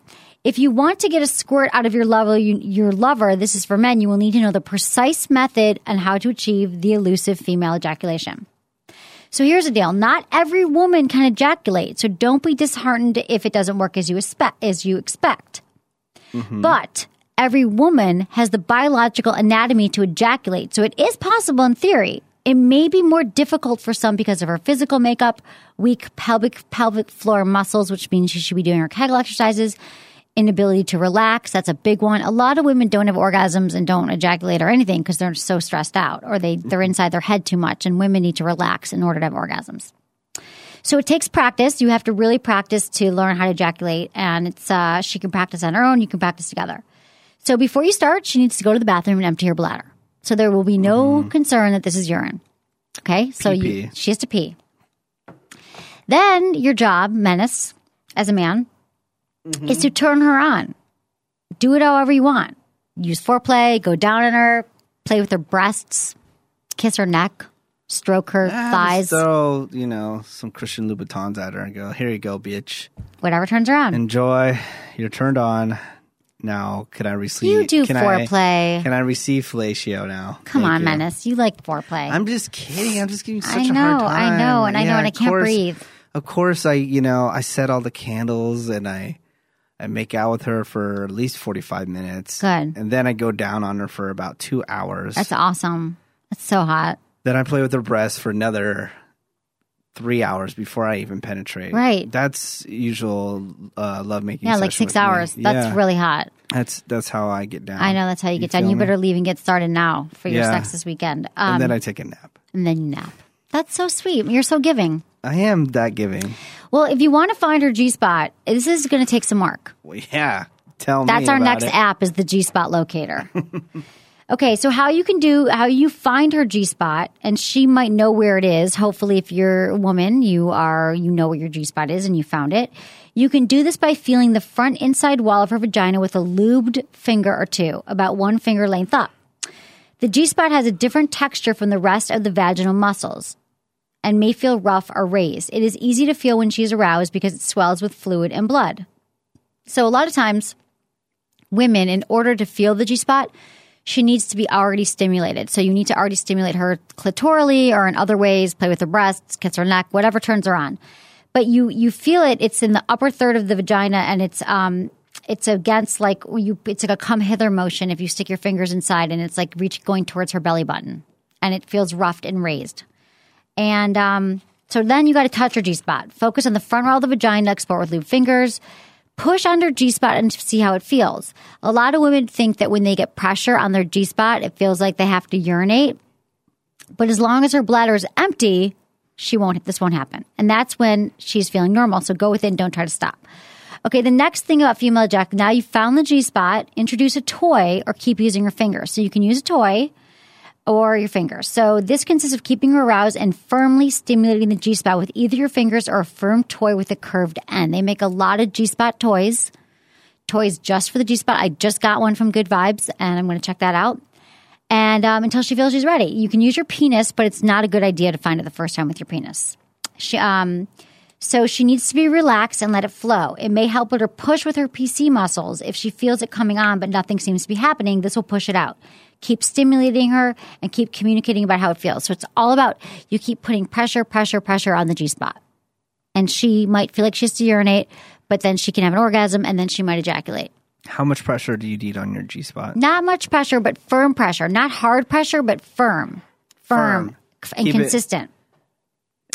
If you want to get a squirt out of your lover, you, your lover, this is for men, you will need to know the precise method and how to achieve the elusive female ejaculation. So here's the deal: not every woman can ejaculate, so don't be disheartened if it doesn't work as you expect. As you expect, but every woman has the biological anatomy to ejaculate, so it is possible in theory. It may be more difficult for some because of her physical makeup, weak pelvic pelvic floor muscles, which means she should be doing her Kegel exercises, inability to relax. That's a big one. A lot of women don't have orgasms and don't ejaculate or anything because they're so stressed out or they they're inside their head too much. And women need to relax in order to have orgasms. So it takes practice. You have to really practice to learn how to ejaculate, and it's uh, she can practice on her own. You can practice together. So before you start, she needs to go to the bathroom and empty her bladder. So there will be no concern that this is urine. Okay, so
Pee-pee.
you, she has to pee. Then your job, menace, as a man, is to turn her on. Do it however you want. Use foreplay. Go down on her. Play with her breasts. Kiss her neck. Stroke her thighs.
Throw Ah, you know some Christian Louboutins at her and go, here you go, bitch.
whatever turns her on.
Enjoy. You're turned on. Now, can I receive?
You do
can
foreplay.
I, can I receive fellatio now?
Come
Thank
on,
you.
Menace. You like foreplay.
I'm just kidding. I'm just giving you such
I
a hard
know, I
time.
know, and I know,
Yeah,
and I
of
can't
course-
breathe.
Of course, I you know I set all the candles and I I make out with her for at least 45 minutes.
Good.
And then I go down on her for about two hours.
That's awesome. That's so hot.
then I play with her breasts for another three hours before I even penetrate.
Right.
That's usual uh, lovemaking.
Yeah, like
session
six
with me.
hours. That's
Yeah.
really hot.
That's that's how I get down.
I know that's how you, get done.
feel
You
me?
better leave and get started now for your
Yeah.
sex this weekend. Um,
And then I take a nap.
and then you nap. That's so sweet. You're so giving.
I am that giving.
Well, if you want to find her G spot, this is going to take some work.
Well, yeah. Tell me.
That's our
about
next
it.
app is the G Spot Locator. okay, so how you can do how you find her G Spot, and she might know where it is. Hopefully, if you're a woman, you are you know where your G Spot is and you found it. You can do this by feeling the front inside wall of her vagina with a lubed finger or two, about one finger length up. The G spot has a different texture from the rest of the vaginal muscles and may feel rough or raised. It is easy to feel when she is aroused because it swells with fluid and blood. So, a lot of times, women, in order to feel the G spot, she needs to be already stimulated. So, you need to already stimulate her clitorally or in other ways, play with her breasts, kiss her neck, whatever turns her on. But you you feel it. It's in the upper third of the vagina, and it's um it's against like you. It's like a come hither motion if you stick your fingers inside, and it's like reach going towards her belly button, and it feels roughed and raised. And um, so then you got to touch her G spot. Focus on the front row of the vagina, explore with lube fingers. Push under G spot and see how it feels. A lot of women think that when they get pressure on their G spot, it feels like they have to urinate. But as long as her bladder is empty, she won't. This won't happen, and that's when she's feeling normal. So go within. Don't try to stop. Okay. The next thing about female ejaculation. Now you found the G spot. Introduce a toy or keep using your fingers. So you can use a toy or your fingers. So this consists of keeping her aroused and firmly stimulating the G spot with either your fingers or a firm toy with a curved end. They make a lot of G spot toys, toys just for the G spot. I just got one from Good Vibes, and I'm going to check that out. And um, until she feels she's ready, you can use your penis, but it's not a good idea to find it the first time with your penis. She, um, so she needs to be relaxed and let it flow. It may help her to push with her PC muscles if she feels it coming on, but nothing seems to be happening. This will push it out. keep stimulating her and keep communicating about how it feels. So it's all about you keep putting pressure, pressure, pressure on the G spot. And she might feel like she has to urinate, but then she can have an orgasm and then she might ejaculate.
How much pressure do you need on your G spot?
Not much pressure, but firm pressure. Not hard pressure, but firm, firm,
Firm.
and
Keep it-
consistent.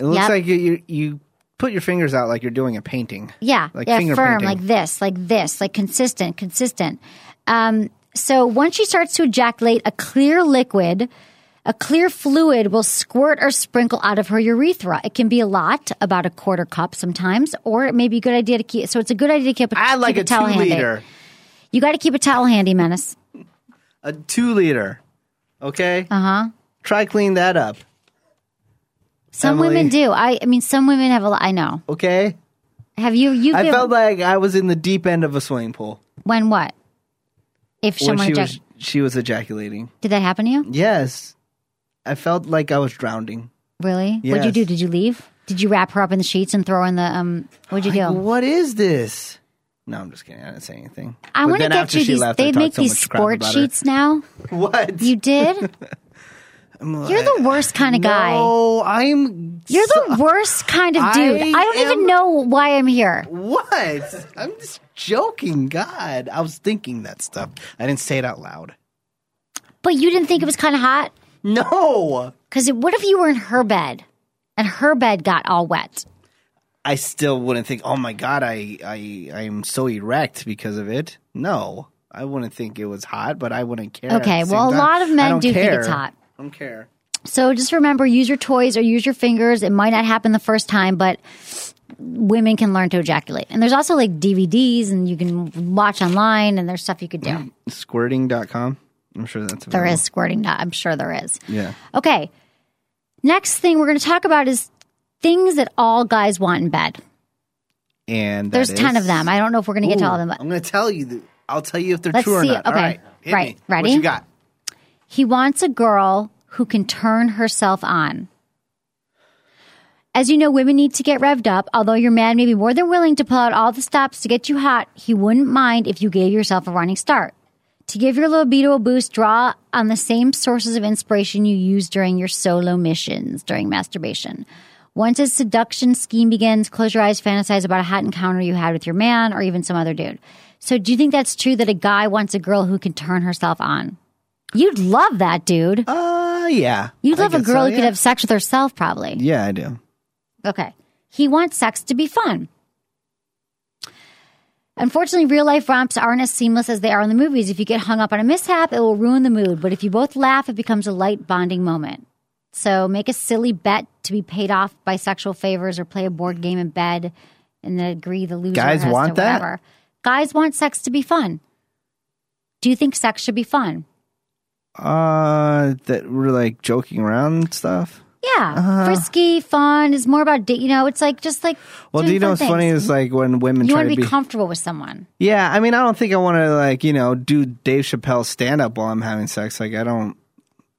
It looks
Yep.
like you, you you put your fingers out like you're doing a painting.
Yeah,
Like
yeah,
finger
firm,
painting.
like this, like this, like consistent, consistent. Um, so once she starts to ejaculate, a clear liquid, a clear fluid will squirt or sprinkle out of her urethra. It can be a lot, about a quarter cup sometimes, or it may be a good idea to keep. So it's a good idea to keep. a
I like a
keep
two
towel handy.
liter.
You got to keep a towel handy, menace.
A two liter. Okay. Uh huh.
Uh-huh.
Try clean that up.
Some
Emily.
women do. I, I mean, some women have a lot. I know.
Okay.
Have you? You
I felt like I was in the deep end of a swimming pool
when what? If
when
someone
she
ejac-
was she was ejaculating.
did that happen to you?
Yes. I felt like I was drowning.
Really? What'd you
Yes.
do? Did you leave? Did you wrap her up in the sheets and throw in the um? What'd you do?
What is this? No, I'm just kidding. I didn't say anything.
I
But
want to
then
get
after
you
she
these.
left, I
they
talked
make
so
these
much crap
sport
about her.
sheets now.
What?
You did. You're the worst kind of guy.
No, I'm.
You're the worst kind of dude. I,
I
don't even
am-
know why I'm here.
What? I'm just joking. God, I was thinking that stuff. I didn't say it out loud.
But you didn't think it was kind of hot
No,
because what if you were in her bed and her bed got all wet?
I still wouldn't think. Oh my God, I I I am so erect because of it. No, I wouldn't think it was hot, but I wouldn't care. at
Okay,
the same
well, a
time.
lot of
I
men
don't
do think
care.
it's hot.
I don't care.
So just remember, use your toys or use your fingers. It might not happen the first time, but women can learn to ejaculate. And there's also like DVDs, and you can watch online, and there's stuff you could do.
Squirting.com. I'm sure that's
There
available.
is squirting. Not, I'm sure there is.
Yeah.
Okay. Next thing we're going to talk about is things that all guys want in bed.
And that
There's ten
is-
of them. I don't know if we're going to get to all of
Ooh,
them. But
I'm going to tell you. The, I'll tell you if they're
Let's
true
see.
or not. All
Okay.
right. Hit
Right.
me.
Ready?
What you got?
he wants a girl who can turn herself on. As you know, women need to get revved up. Although your man may be more than willing to pull out all the stops to get you hot, he wouldn't mind if you gave yourself a running start. To give your libido a boost, draw on the same sources of inspiration you use during your solo missions during masturbation. Once his seduction scheme begins, close your eyes, fantasize about a hot encounter you had with your man or even some other dude. So, do you think that's true that a guy wants a girl who can turn herself on? You'd love that, dude.
Uh, yeah.
You'd
I
love a
guess
girl
so,
who
yeah.
could have sex with herself, probably.
Yeah, I do.
Okay. He wants sex to be fun. Unfortunately, real life romps aren't as seamless as they are in the movies. If you get hung up on a mishap, it will ruin the mood. But if you both laugh, it becomes a light bonding moment. So make a silly bet to be paid off by sexual favors or play a board game in bed and then agree the loser
Guys
has
want
to
that?
whatever. Guys want sex to be fun. Do you think sex should be fun?
Uh, that we're like joking around and stuff.
Yeah.
Uh-huh.
Frisky, fun is more about, da- you know, it's like just like.
Well,
doing
do you know
fun
what's
things.
funny is like when women
You
try
want
to
to be
be.
comfortable with someone.
yeah, I mean, I don't think I want to like you know do Dave Chappelle stand up while I'm having sex. Like I don't,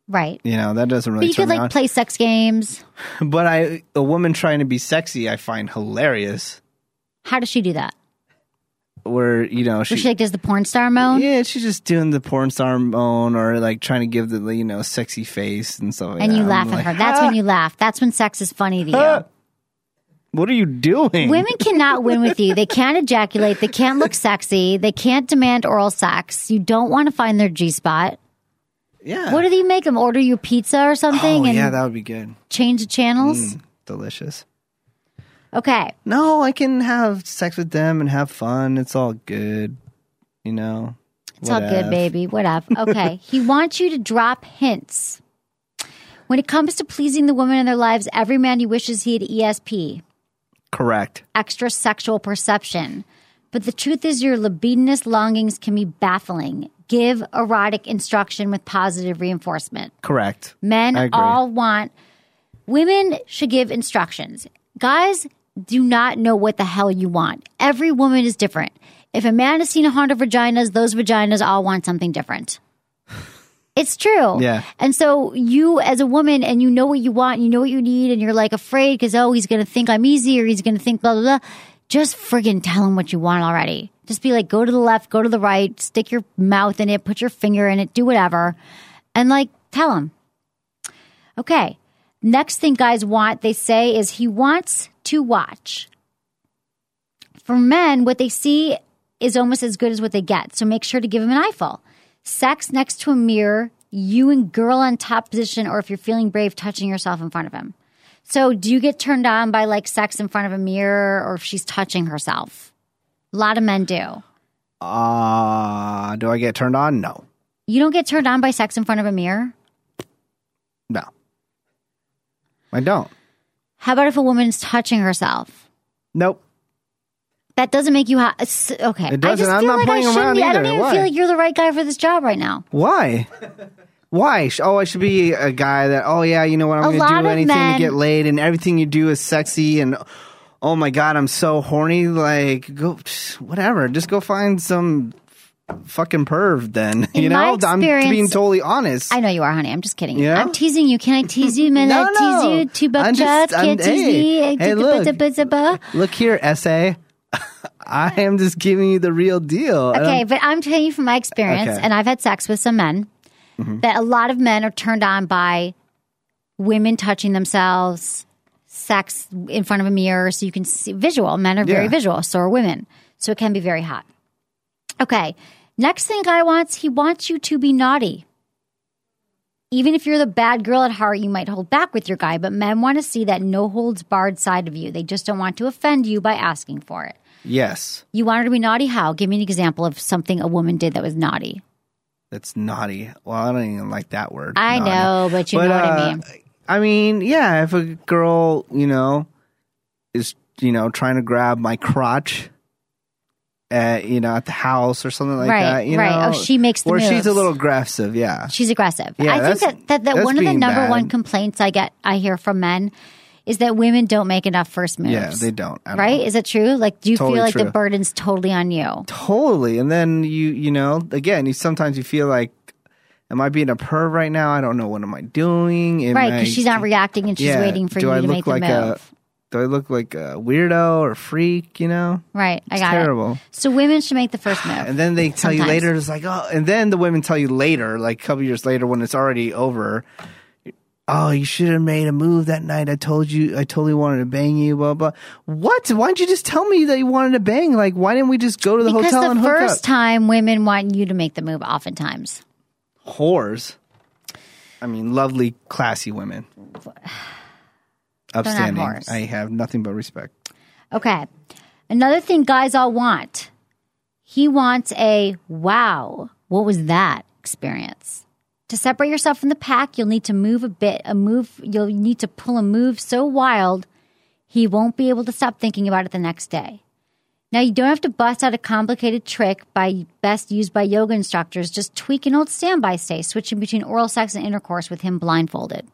Right.
you know, that doesn't
But
really
you could
turn me
like
on.
play sex games.
but I, a woman trying to be sexy, I find hilarious.
How does she do that?
Where you know
Where she like does the porn star moan
Yeah, she's just doing the porn star moan or like trying to give the you know sexy face and stuff like
and
that.
you
I'm
laugh
like,
at her. That's when you laugh. That's when sex is funny to you.
What are you doing?
Women cannot win with you. They can't ejaculate. They can't look sexy. They can't demand oral sex. You don't want to find their G spot.
Yeah.
What do they make them? Order you pizza or something
oh,
and
yeah, that would be good. Mm,
change the channels?
Delicious. Mm.
Okay.
No, I can have sex with them and have fun. It's all good. You know.
It's all good, baby. What up? Okay. he wants you to drop hints. When it comes to pleasing the woman in their lives, every man he wishes he had ESP.
Correct.
extra sexual perception. But the truth is, your libidinous longings can be baffling. Give erotic instruction with positive reinforcement.
Correct. I
Men
agree.
all want, women should give instructions. Guys do not know what the hell you want. Every woman is different. If a man has seen a hundred vaginas, those vaginas all want something different. It's true.
Yeah.
And so you, as a woman, and you know what you want, you know what you need, and you're like afraid because, oh, he's going to think I'm easy or he's going to think blah, blah, blah. Just friggin' tell him what you want already. Just be like, go to the left, go to the right, stick your mouth in it, put your finger in it, do whatever. and like tell him. Okay. Next thing guys want, they say, is he wants to watch. For men, what they see is almost as good as what they get. So make sure to give him an eyeful. Sex next to a mirror, you and girl on top position, or if you're feeling brave, touching yourself in front of him. So do you get turned on by like sex in front of a mirror or if she's touching herself? A lot of men do.
Uh, do I get turned on? No.
You don't get turned on by sex in front of a mirror?
No. I don't.
How about if a woman's touching herself?
Nope.
That doesn't make you ha- s- okay.
It
I just
doesn't.
feel
I'm not
like I
playing around
shouldn't. be- I don't
either.
even
Why?
feel like you're the right guy for this job right now.
Why? Why? Sh- Oh, I should be a guy that, oh, yeah, you know what? I'm
A
going
lot
to
of
do anything
men-
to get laid, and everything you do is sexy, and oh my God, I'm so horny. Like, go, psh, whatever. Just go find some f- fucking perv then.
In
you
my
know? I'm
experience-
being totally honest.
I know you are, honey. I'm just kidding.
Yeah?
I'm teasing you. Can I tease you, man?
No,
I tease
no.
you. Two
I'm
bucks
just- I'm-
Can't tease
hey.
me.
Hey,
look.
Look here, SA. I am just giving you the real deal. I don't-
Okay, but I'm telling you from my experience,
Okay. Mm-hmm.
and I've had sex with some men, that a lot of men are turned on by women touching themselves, sex in front of a mirror, so you can see visual. Men are very
Yeah.
visual, so are women. So it can be very hot. Okay, next thing guy wants, he wants you to be naughty. Even if you're the bad girl at heart, you might hold back with your guy, but men want to see that no holds barred side of you. They just don't want to offend you by asking for it.
Yes,
You want her to be naughty? How? Give me an example of something a woman did that was naughty.
that's naughty. Well, I don't even like that word.
I
naughty.
know, but you know what I mean.
uh, I mean, yeah, if a girl, you know, is, you know, trying to grab my crotch at, you know, at the house or something like
Right,
that, you
right.
know.
Oh, she makes the
Or she's
moves.
a little aggressive, yeah.
She's aggressive.
Yeah,
I
that's-
think that that, that
that's
one of the
being
number
bad.
one complaints I get I hear from men is that women don't make enough first moves.
Yeah, they don't. at
Right?
all.
Is it true? Like do you
Totally
feel like the
true.
burden's totally on you?
Totally. And then you, you know, again, you sometimes you feel like, am I being a perv right now? I don't know. What am I doing? Am
Right, because
I-
she's not reacting and she's
Yeah,
waiting for
do
you
I
to
look
make
like
the
a-
move.
do I look like a weirdo or freak, you know?
right. I
It's
got
terrible.
it. So women should make the first move.
And then they tell you
Sometimes.
later, it's like, oh, and then the women tell you later, like a couple years later when it's already over, oh, you should have made a move that night. I told you, I totally wanted to bang you, blah, blah. What? Why didn't you just tell me that you wanted to bang? Like, why didn't we just go to the
because
hotel
the
and hook
first
up?
time women want you to make the move oftentimes.
Whores. I mean, lovely, classy women. Upstanding.
whores.
I have nothing but respect.
Okay. Another thing guys all want. He wants a wow, what was that experience? To separate yourself from the pack, you'll need to move a bit, a move, you'll need to pull a move so wild, he won't be able to stop thinking about it the next day. Now, you don't have to bust out a complicated trick by best used by yoga instructors. Just tweak an old standby stay, switching between oral sex and intercourse with him blindfolded.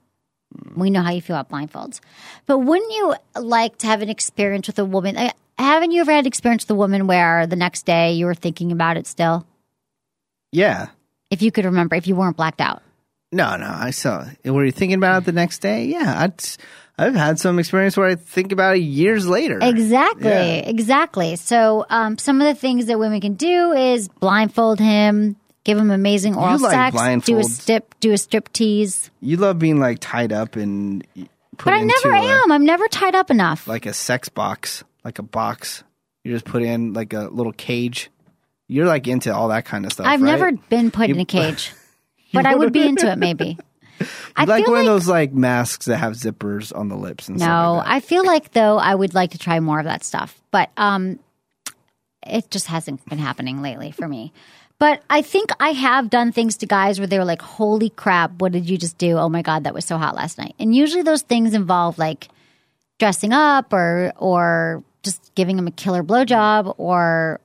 We know how you feel about blindfolds. But wouldn't you like to have an experience with a woman? I- Haven't you ever had experience with a woman where the next day you were thinking about it still?
Yeah.
If you could remember, if you weren't blacked out.
No, no. I saw. Were you thinking about it the next day? Yeah, I'd, I've had some experience where I think about it years later.
Exactly,
Yeah.
exactly. So, um, some of the things that women can do is blindfold him, give him amazing oral
like
sex, do a
blindfolds.
strip, do a strip tease.
You love being like tied up and put
But I
into
never
a,
am. I'm never tied up enough.
like a sex box, like a box. You just put in like a little cage. You're like into all that kind of stuff.
I've
right?
never been put in a cage, but I would be into it maybe. I
You like
feel
one
like
of those like masks that have zippers on the lips and
No,
stuff.
I feel like though I would like to try more of that stuff, but um, it just hasn't been happening lately for me. But I think I have done things to guys where they were like, "Holy crap, what did you just do? Oh my god, that was so hot last night." And usually those things involve like dressing up or or just giving him a killer blowjob or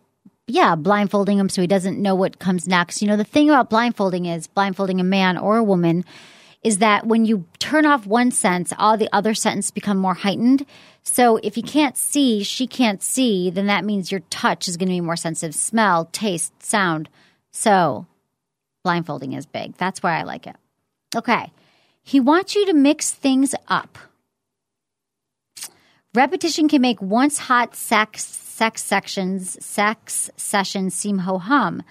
yeah, blindfolding him so he doesn't know what comes next. You know, the thing about blindfolding is blindfolding a man or a woman is that when you turn off one sense, all the other senses become more heightened. So if you can't see, she can't see, then that means your touch is going to be more sensitive, smell, taste, sound. So blindfolding is big. That's why I like it. Okay. He wants you to mix things up. Repetition can make once hot sex sex sections sex sessions seem ho hum,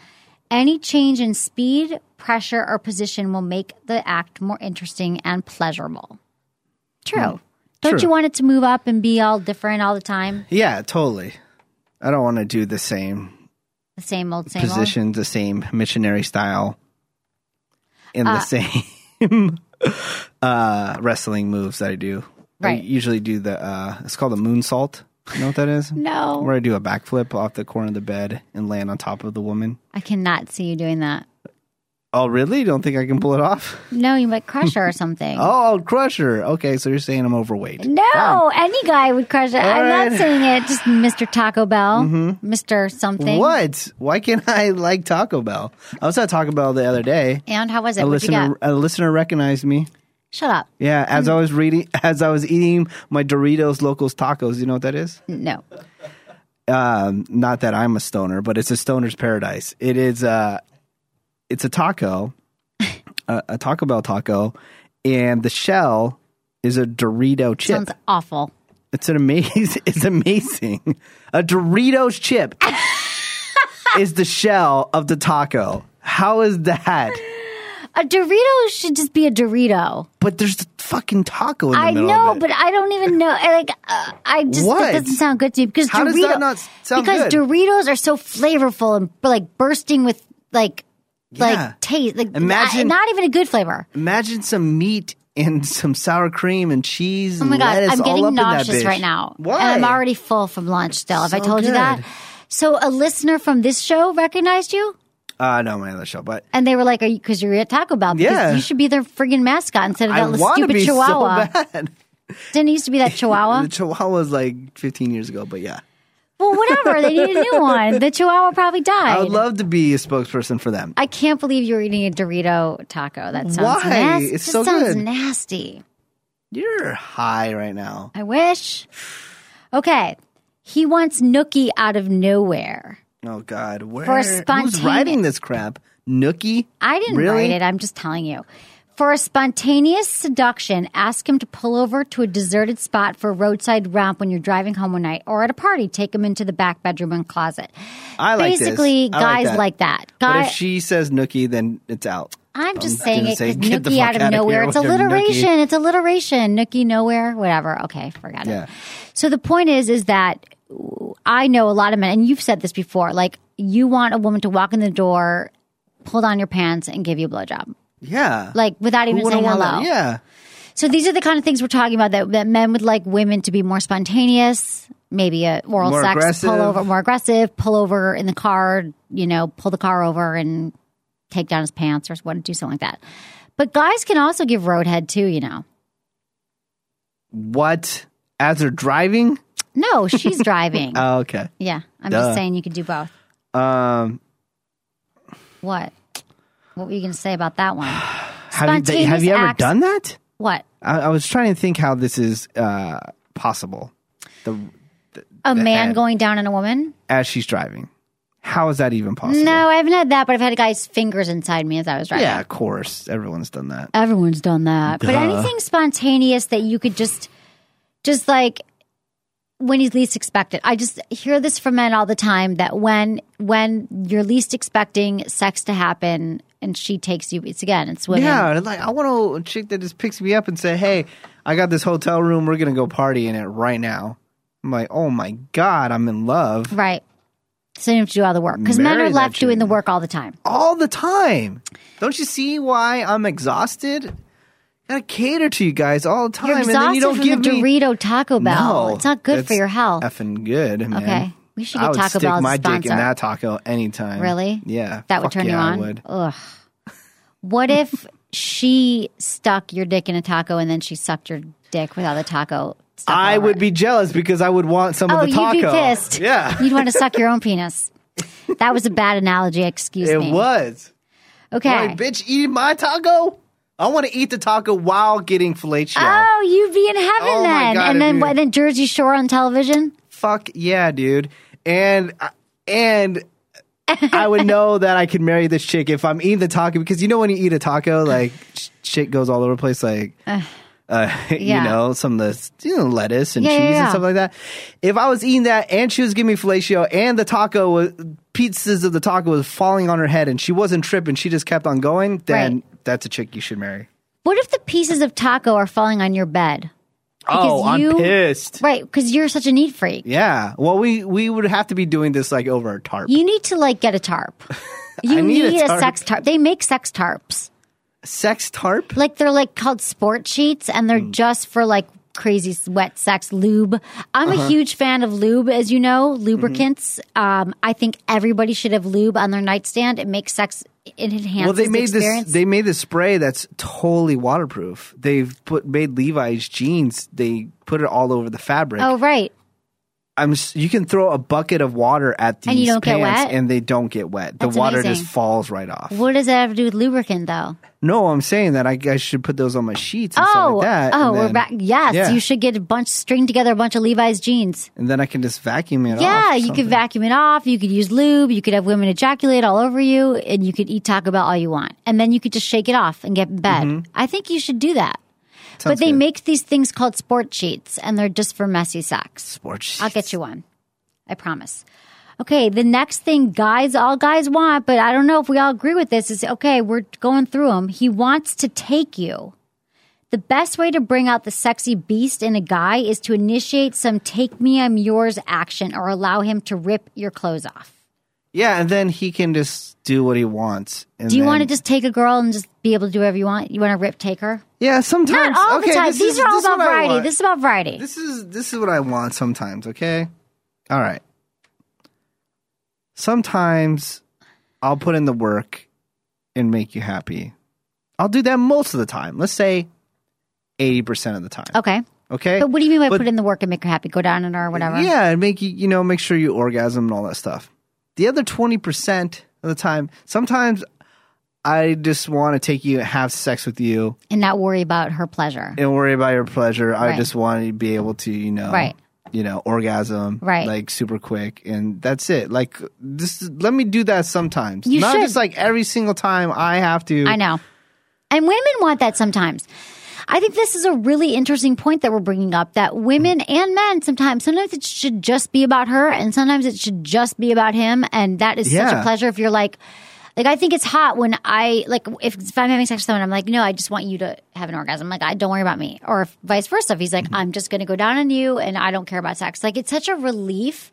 Any change in speed, pressure, or position will make the act more interesting and pleasurable. True. Don't
Hmm. True.
you want it to move up and be all different all the time?
Yeah, totally. I don't want to do the same
The same old, same
position, the same missionary style, in
Uh,
the same uh, wrestling moves that I do. I
Right.
usually do the, uh, it's called a moonsault. You know what that is?
old. No,
Where I do a backflip off the corner of the bed and land on top of the woman.
I cannot see you doing that.
Oh, really? You don't think I can pull it off?
No, you might crush her or something.
Oh, I'll crush her. Okay, so you're saying I'm overweight.
No, any guy would crush it. I'm
right.
not saying it. Just Mr. Taco Bell, Mr. Something.
Mm-hmm. What? Why can't I like Taco Bell? I was at Taco Bell the other day.
And how was it?
A
What'd you get?
listener, a listener recognized me.
Shut up.
Yeah, as I was reading, as I was eating my Doritos Locos Tacos. You know what that is?
No.
Um, not that I'm a stoner, but it's a stoner's paradise. It is uh it's a taco, a, a Taco Bell taco, and the shell is a Dorito chip.
Sounds awful.
It's an amazing. It's amazing. A Doritos chip is the shell of the taco. How is that?
A Dorito should just be a Dorito.
But there's the fucking taco in the
I
middle.
know,
of it.
but I don't even know. I, like, uh, I just
What?
that doesn't sound good to me because
How
Dorito,
does that not s- sound
because
good?
Doritos are so flavorful and like bursting with like
Yeah.
like taste. Like
Imagine-
not, not even a good flavor.
imagine some meat and some sour cream and cheese.
Oh my
and
god,
lettuce
I'm
all up
getting
in that
nauseous
bitch.
right now.
Why?
And I'm already full from lunch still. If I
So
told you that.
good.
So a listener from this show recognized you?
Uh, no, my other show, but
And they were like, "Are you because you're at Taco Bell? Because
Yeah.
you should be their friggin' mascot instead of
I
that little
want to
stupid
be
Chihuahua."
so bad.
Didn't it used to be that Chihuahua?
The Chihuahua was like 15 years ago, but yeah,
well, whatever. They need a new one. The Chihuahua probably died.
I would love to be a spokesperson for them.
I can't believe you were eating a Dorito taco. That sounds
Why?
nasty.
It's
just
so
sounds
good.
nasty.
You're high right now.
I wish. Okay. He wants Nookie out of nowhere.
Oh God, where
For a
who's
spontaneous- Uh,
writing this crap? Nookie?
I didn't
really?
write it. I'm just telling you. For a spontaneous seduction, ask him to pull over to a deserted spot for a roadside romp when you're driving home one night or at a party. Take him into the back bedroom and closet.
I like this.
Basically,
I like
guys
that.
like that.
But
Guy,
if she says Nookie, then it's out.
I'm just
I'm
saying
gonna
it
say,
because
get the
nookie
fuck
out of
outta here
nowhere.
with
It's
your
alliteration. It's alliteration. Nookie nowhere, whatever. Okay, forgot
Yeah.
it. So the point is, is that I know a lot of men, and you've said this before. Like you want a woman to walk in the door, pull down your pants, and give you a blowjob,
Yeah.
like without even
Who wouldn't
saying
want
hello.
that? Yeah.
So these are the kind of things we're talking about that, that men would like women to be more spontaneous, maybe a oral
More
sex,
aggressive.
pull over, more aggressive, pull over in the car, you know, pull the car over and take down his pants or what, do something like that. But guys can also give roadhead too, you know.
What? As they're driving?
No, she's driving.
Oh, okay.
yeah, I'm
duh.
just saying you could do both.
Um,
What? What were you going to say about that one?
have, you, th- have you
Spontaneous
ever
acts-
done that?
What?
I, I was trying to think how this is uh, possible. The
A man
head.
going down on a woman?
as she's driving, how is that even possible?
No, I haven't had that, but I've had a guy's fingers inside me as I was driving.
Yeah, of course, everyone's done that.
Everyone's done that. But
Duh.
anything spontaneous that you could just, just like when you least expect it. I just hear this from men all the time that when when you're least expecting sex to happen and she takes you, it's again, it's women.
Yeah, like I want a chick that just picks me up and say, "Hey, I got this hotel room. We're gonna go party in it right now." I'm like, "Oh my god, I'm in love
Right. So you have to do all the work because men
Marry
are
that
left doing the
chick.
work all the time.
all the time." Don't you see why I'm exhausted? Gotta cater to you guys all the time,
You're
and
exhausted
then you don't
from
give
the
me
Dorito Taco Bell.
No,
it's not good
that's
for your health.
Effing good, man.
Okay. We should
I
get
would
Taco
stick
Bell as a
my dick in
sponsor.
that taco anytime.
Really?
Yeah.
That would
Fuck
turn
yeah, I
you on.
would.
Ugh. What if she stuck your dick in a taco and then she sucked your dick without the taco? stuck all
I
over
would
it?
be jealous because I would want some
Oh,
of the taco.
you'd be pissed.
Yeah,
You'd want to suck your own penis. That was a bad analogy. Excuse
it
me.
was.
Okay.
Like, bitch, eat my taco. I want to eat the taco while getting fellatio.
Oh, you'd be in heaven
Oh, my
then,
God,
and then
dude.
what? Then Jersey Shore on television.
Fuck yeah, dude. And uh, and I would know that I could marry this chick if I'm eating the taco because you know when you eat a taco, like sh- shit goes all over the place, like. Uh,
Yeah.
You know, some of the you know, lettuce and
Yeah,
cheese
yeah,
and
yeah.
stuff like that. If I was eating that and she was giving me fellatio and the taco was pieces of the taco was falling on her head and she wasn't tripping, she just kept on going, then
Right.
that's a chick you should marry.
What if the pieces of taco are falling on your bed?
oh, I'm
you-
pissed.
Right, because you're such a neat freak.
Yeah. Well, we we would have to be doing this like over a tarp.
You need to like get a tarp. You
need a
need, a,
tarp.
sex tarp. They make sex tarps.
Sex tarp?
Like they're like called sport sheets and
Hmm.
they're just for like crazy s- wet sex lube. I'm
Uh-huh.
a huge fan of lube as you know, lubricants.
Mm-hmm.
Um, I think everybody should have lube on their nightstand. It makes sex it enhances
Well, they
the
made this.
experience.
They made this spray that's totally waterproof. They've put made Levi's jeans. They put it all over the fabric.
oh right.
I'm. s- You can throw a bucket of water at these
And you don't get
pants,
wet?
and they don't get wet. The
That's
water
amazing.
just falls right off.
What does that have to do with lubricant though?
No, I'm saying that I, I should put those on my sheets and stuff
Oh,
like that.
oh,
and
we're
then-
back. Yes,
yeah.
you should get a bunch, string together a bunch of Levi's jeans.
And then I can just vacuum it.
yeah,
off or
you could
something.
vacuum it off. You could use lube. You could have women ejaculate all over you, and you could eat Taco Bell all you want, and then you could just shake it off and get in bed. I think you should do that. but
Mm-hmm. Sounds
they
good.
make these things called sport sheets, and they're just for messy sex.
Sport sheets.
I'll get you one. I promise. Okay, the next thing guys, all guys want, but I don't know if we all agree with this, is okay, we're going through him. He wants to take you. The best way to bring out the sexy beast in a guy is to initiate some take me, I'm yours action or allow him to rip your clothes off.
Yeah, and then he can just do what he wants. and
Do you
then-
want to just take a girl and just be able to do whatever you want? You want to rip take her?
Yeah, sometimes.
Not all
okay,
the time.
this
These
is-
are all
this is
about
what I
variety.
want.
This is about variety.
This is this is what I want sometimes, okay? All right. Sometimes I'll put in the work and make you happy. I'll do that most of the time. Let's say 80% of the time.
okay.
Okay?
But what do you mean by
But-
put in the work and make her happy? Go down on her or whatever?
Yeah, and make you you know, make sure you orgasm and all that stuff. The other 20% of the time, sometimes I just want to take you and have sex with you
And not worry about her pleasure.
and worry about your pleasure. I
Right.
just want to be able to, you know,
Right.
you know, orgasm,
Right.
like super quick, and that's it. Like, this, let me do that sometimes.
You
Not
should.
just like every single time I have to.
I know. And women want that sometimes. I think this is a really interesting point that we're bringing up that women and men sometimes, sometimes it should just be about her and sometimes it should just be about him. And that is such
Yeah.
a pleasure if you're like, like I think it's hot when I like if, if I'm having sex with someone, I'm like, no, I just want you to have an orgasm. Like, I don't worry about me, or if vice versa. If he's like, I'm just going to go down on you, and I don't care about sex. Like, it's such a relief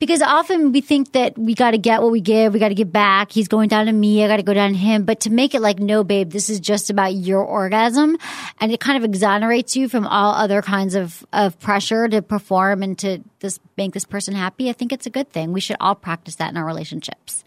because often we think that we got to get what we give, we got to get back. He's going down to me, I got to go down to him. But to make it like, no, babe, this is just about your orgasm, and it kind of exonerates you from all other kinds of of pressure to perform and to this make this person happy. I think it's a good thing. We should all practice that in our relationships.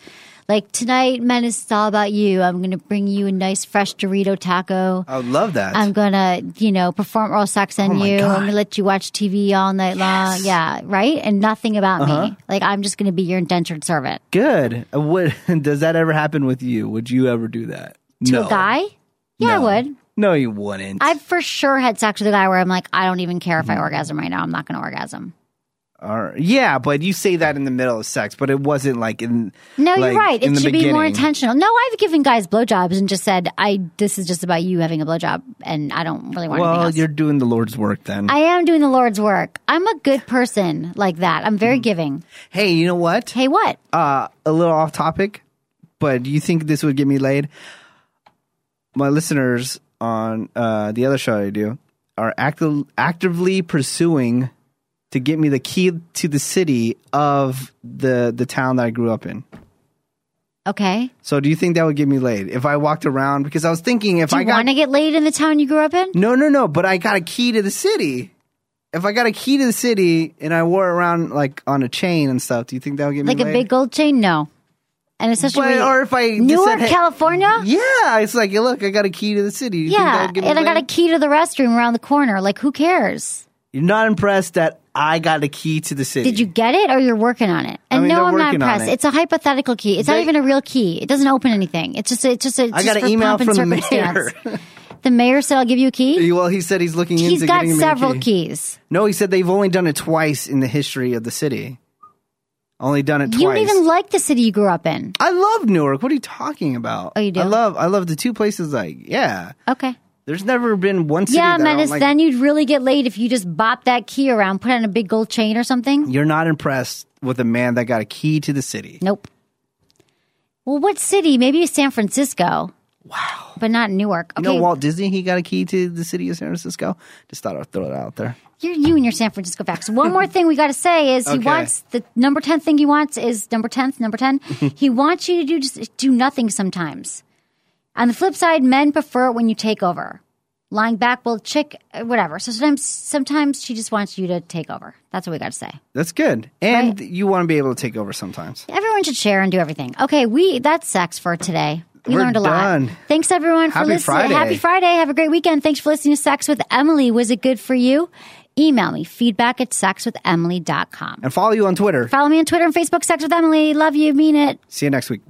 Like tonight, men, it's all about you. I'm gonna bring you a nice fresh Dorito taco.
I would love that.
I'm gonna, you know, perform oral sex
Oh
on you. I'm gonna let you watch TV all night long. Yeah, right. And nothing about
Uh-huh.
me. Like I'm just gonna be your indentured servant
Good. Uh, What does that ever happen with you? Would you ever do that?
to
no.
a guy. Yeah,
No.
I would.
No, you wouldn't.
I've for sure had sex with a guy where I'm like, I don't even care
Mm.
if I orgasm right now. I'm not gonna orgasm.
All right. Yeah, but you say that in the middle of sex, but it wasn't like in.
No,
like,
you're right.
in
It
the
should be more
beginning.
intentional. No, I've given guys blowjobs and just said, I this is just about you having a blowjob, and I don't really want. anything
Well,
else.
you're doing the Lord's work then.
I am doing the Lord's work. I'm a good person like that. I'm
Mm-hmm.
very giving.
hey, you know what?
Hey, what?
uh, a little off topic, but do you think this would get me laid? My listeners on uh, the other show I do are acti- actively pursuing to get me the key to the city of the the town that I grew up in.
Okay.
So, do you think that would get me laid if I walked around? Because I was thinking if
Do
I
you
got
want to get laid in the town you grew up in?
no, no, no, but I got a key to the city. If I got a key to the city and I wore it around like on a chain and stuff, do you think that would get
Like
me
a
laid?
big gold chain? No. And especially
But-
when you-
or if I just
Newark,
said, hey-
California.
Yeah, it's like, look, I got a key to the city. You think that
Yeah,
would give me
and I got a
money?
key to the restroom around the corner. Like, who cares?
You're not impressed that I got a key to the city.
Did you get it, or you're working on it? And
mean,
no,
they're
I'm not
working on
impressed.
it.
It's a hypothetical key. It's not
They-
even a real key. It doesn't open anything. It's just, a, it's just, a, it's
I
just
got an
for
email
pomp and
from the mayor.
circumstance. the mayor said, "I'll give you a key."
Well, he said he's looking
He's
into
got
getting me a
several
key.
keys.
No, he said they've only done it twice in the history of the city. Only done it twice.
You don't even like the city you grew up in.
I love Newark. What are you talking about?
Oh, you do?
I love. I love the two places. Like, yeah.
Okay.
There's never been one city.
Yeah,
that I don't
menace.
like.
Then you'd really get laid if you just bop that key around, put it on a big gold chain or something.
You're not impressed with a man that got a key to the city.
Nope. Well, what city? Maybe San Francisco. Wow. But not Newark.
You
Okay.
know Walt Disney, he got a key to the city of San Francisco. Just thought I'd throw it out there.
You're you and your San Francisco facts. One more thing we got to say is he
Okay.
wants the number ten thing he wants is number tenth number ten. he wants you to do just do nothing sometimes. On the flip side, men prefer it when you take over. Lying back, well, chick, uh, whatever. So sometimes, sometimes she just wants you to take over. That's what we got to say.
That's good. And you want to be able to take over sometimes.
Everyone should share and do everything. Okay, we that's sex for today. We
We're
learned a
done.
lot. Thanks everyone for
Happy
listening.
Friday.
Happy Friday. Have a great weekend. Thanks for listening to Sex with Emily. Was it good for you? Email me feedback at sexwithemily.com.
And follow you on Twitter.
Follow me on Twitter and Facebook, Sex with Emily. Love you. Mean it.
See you next week.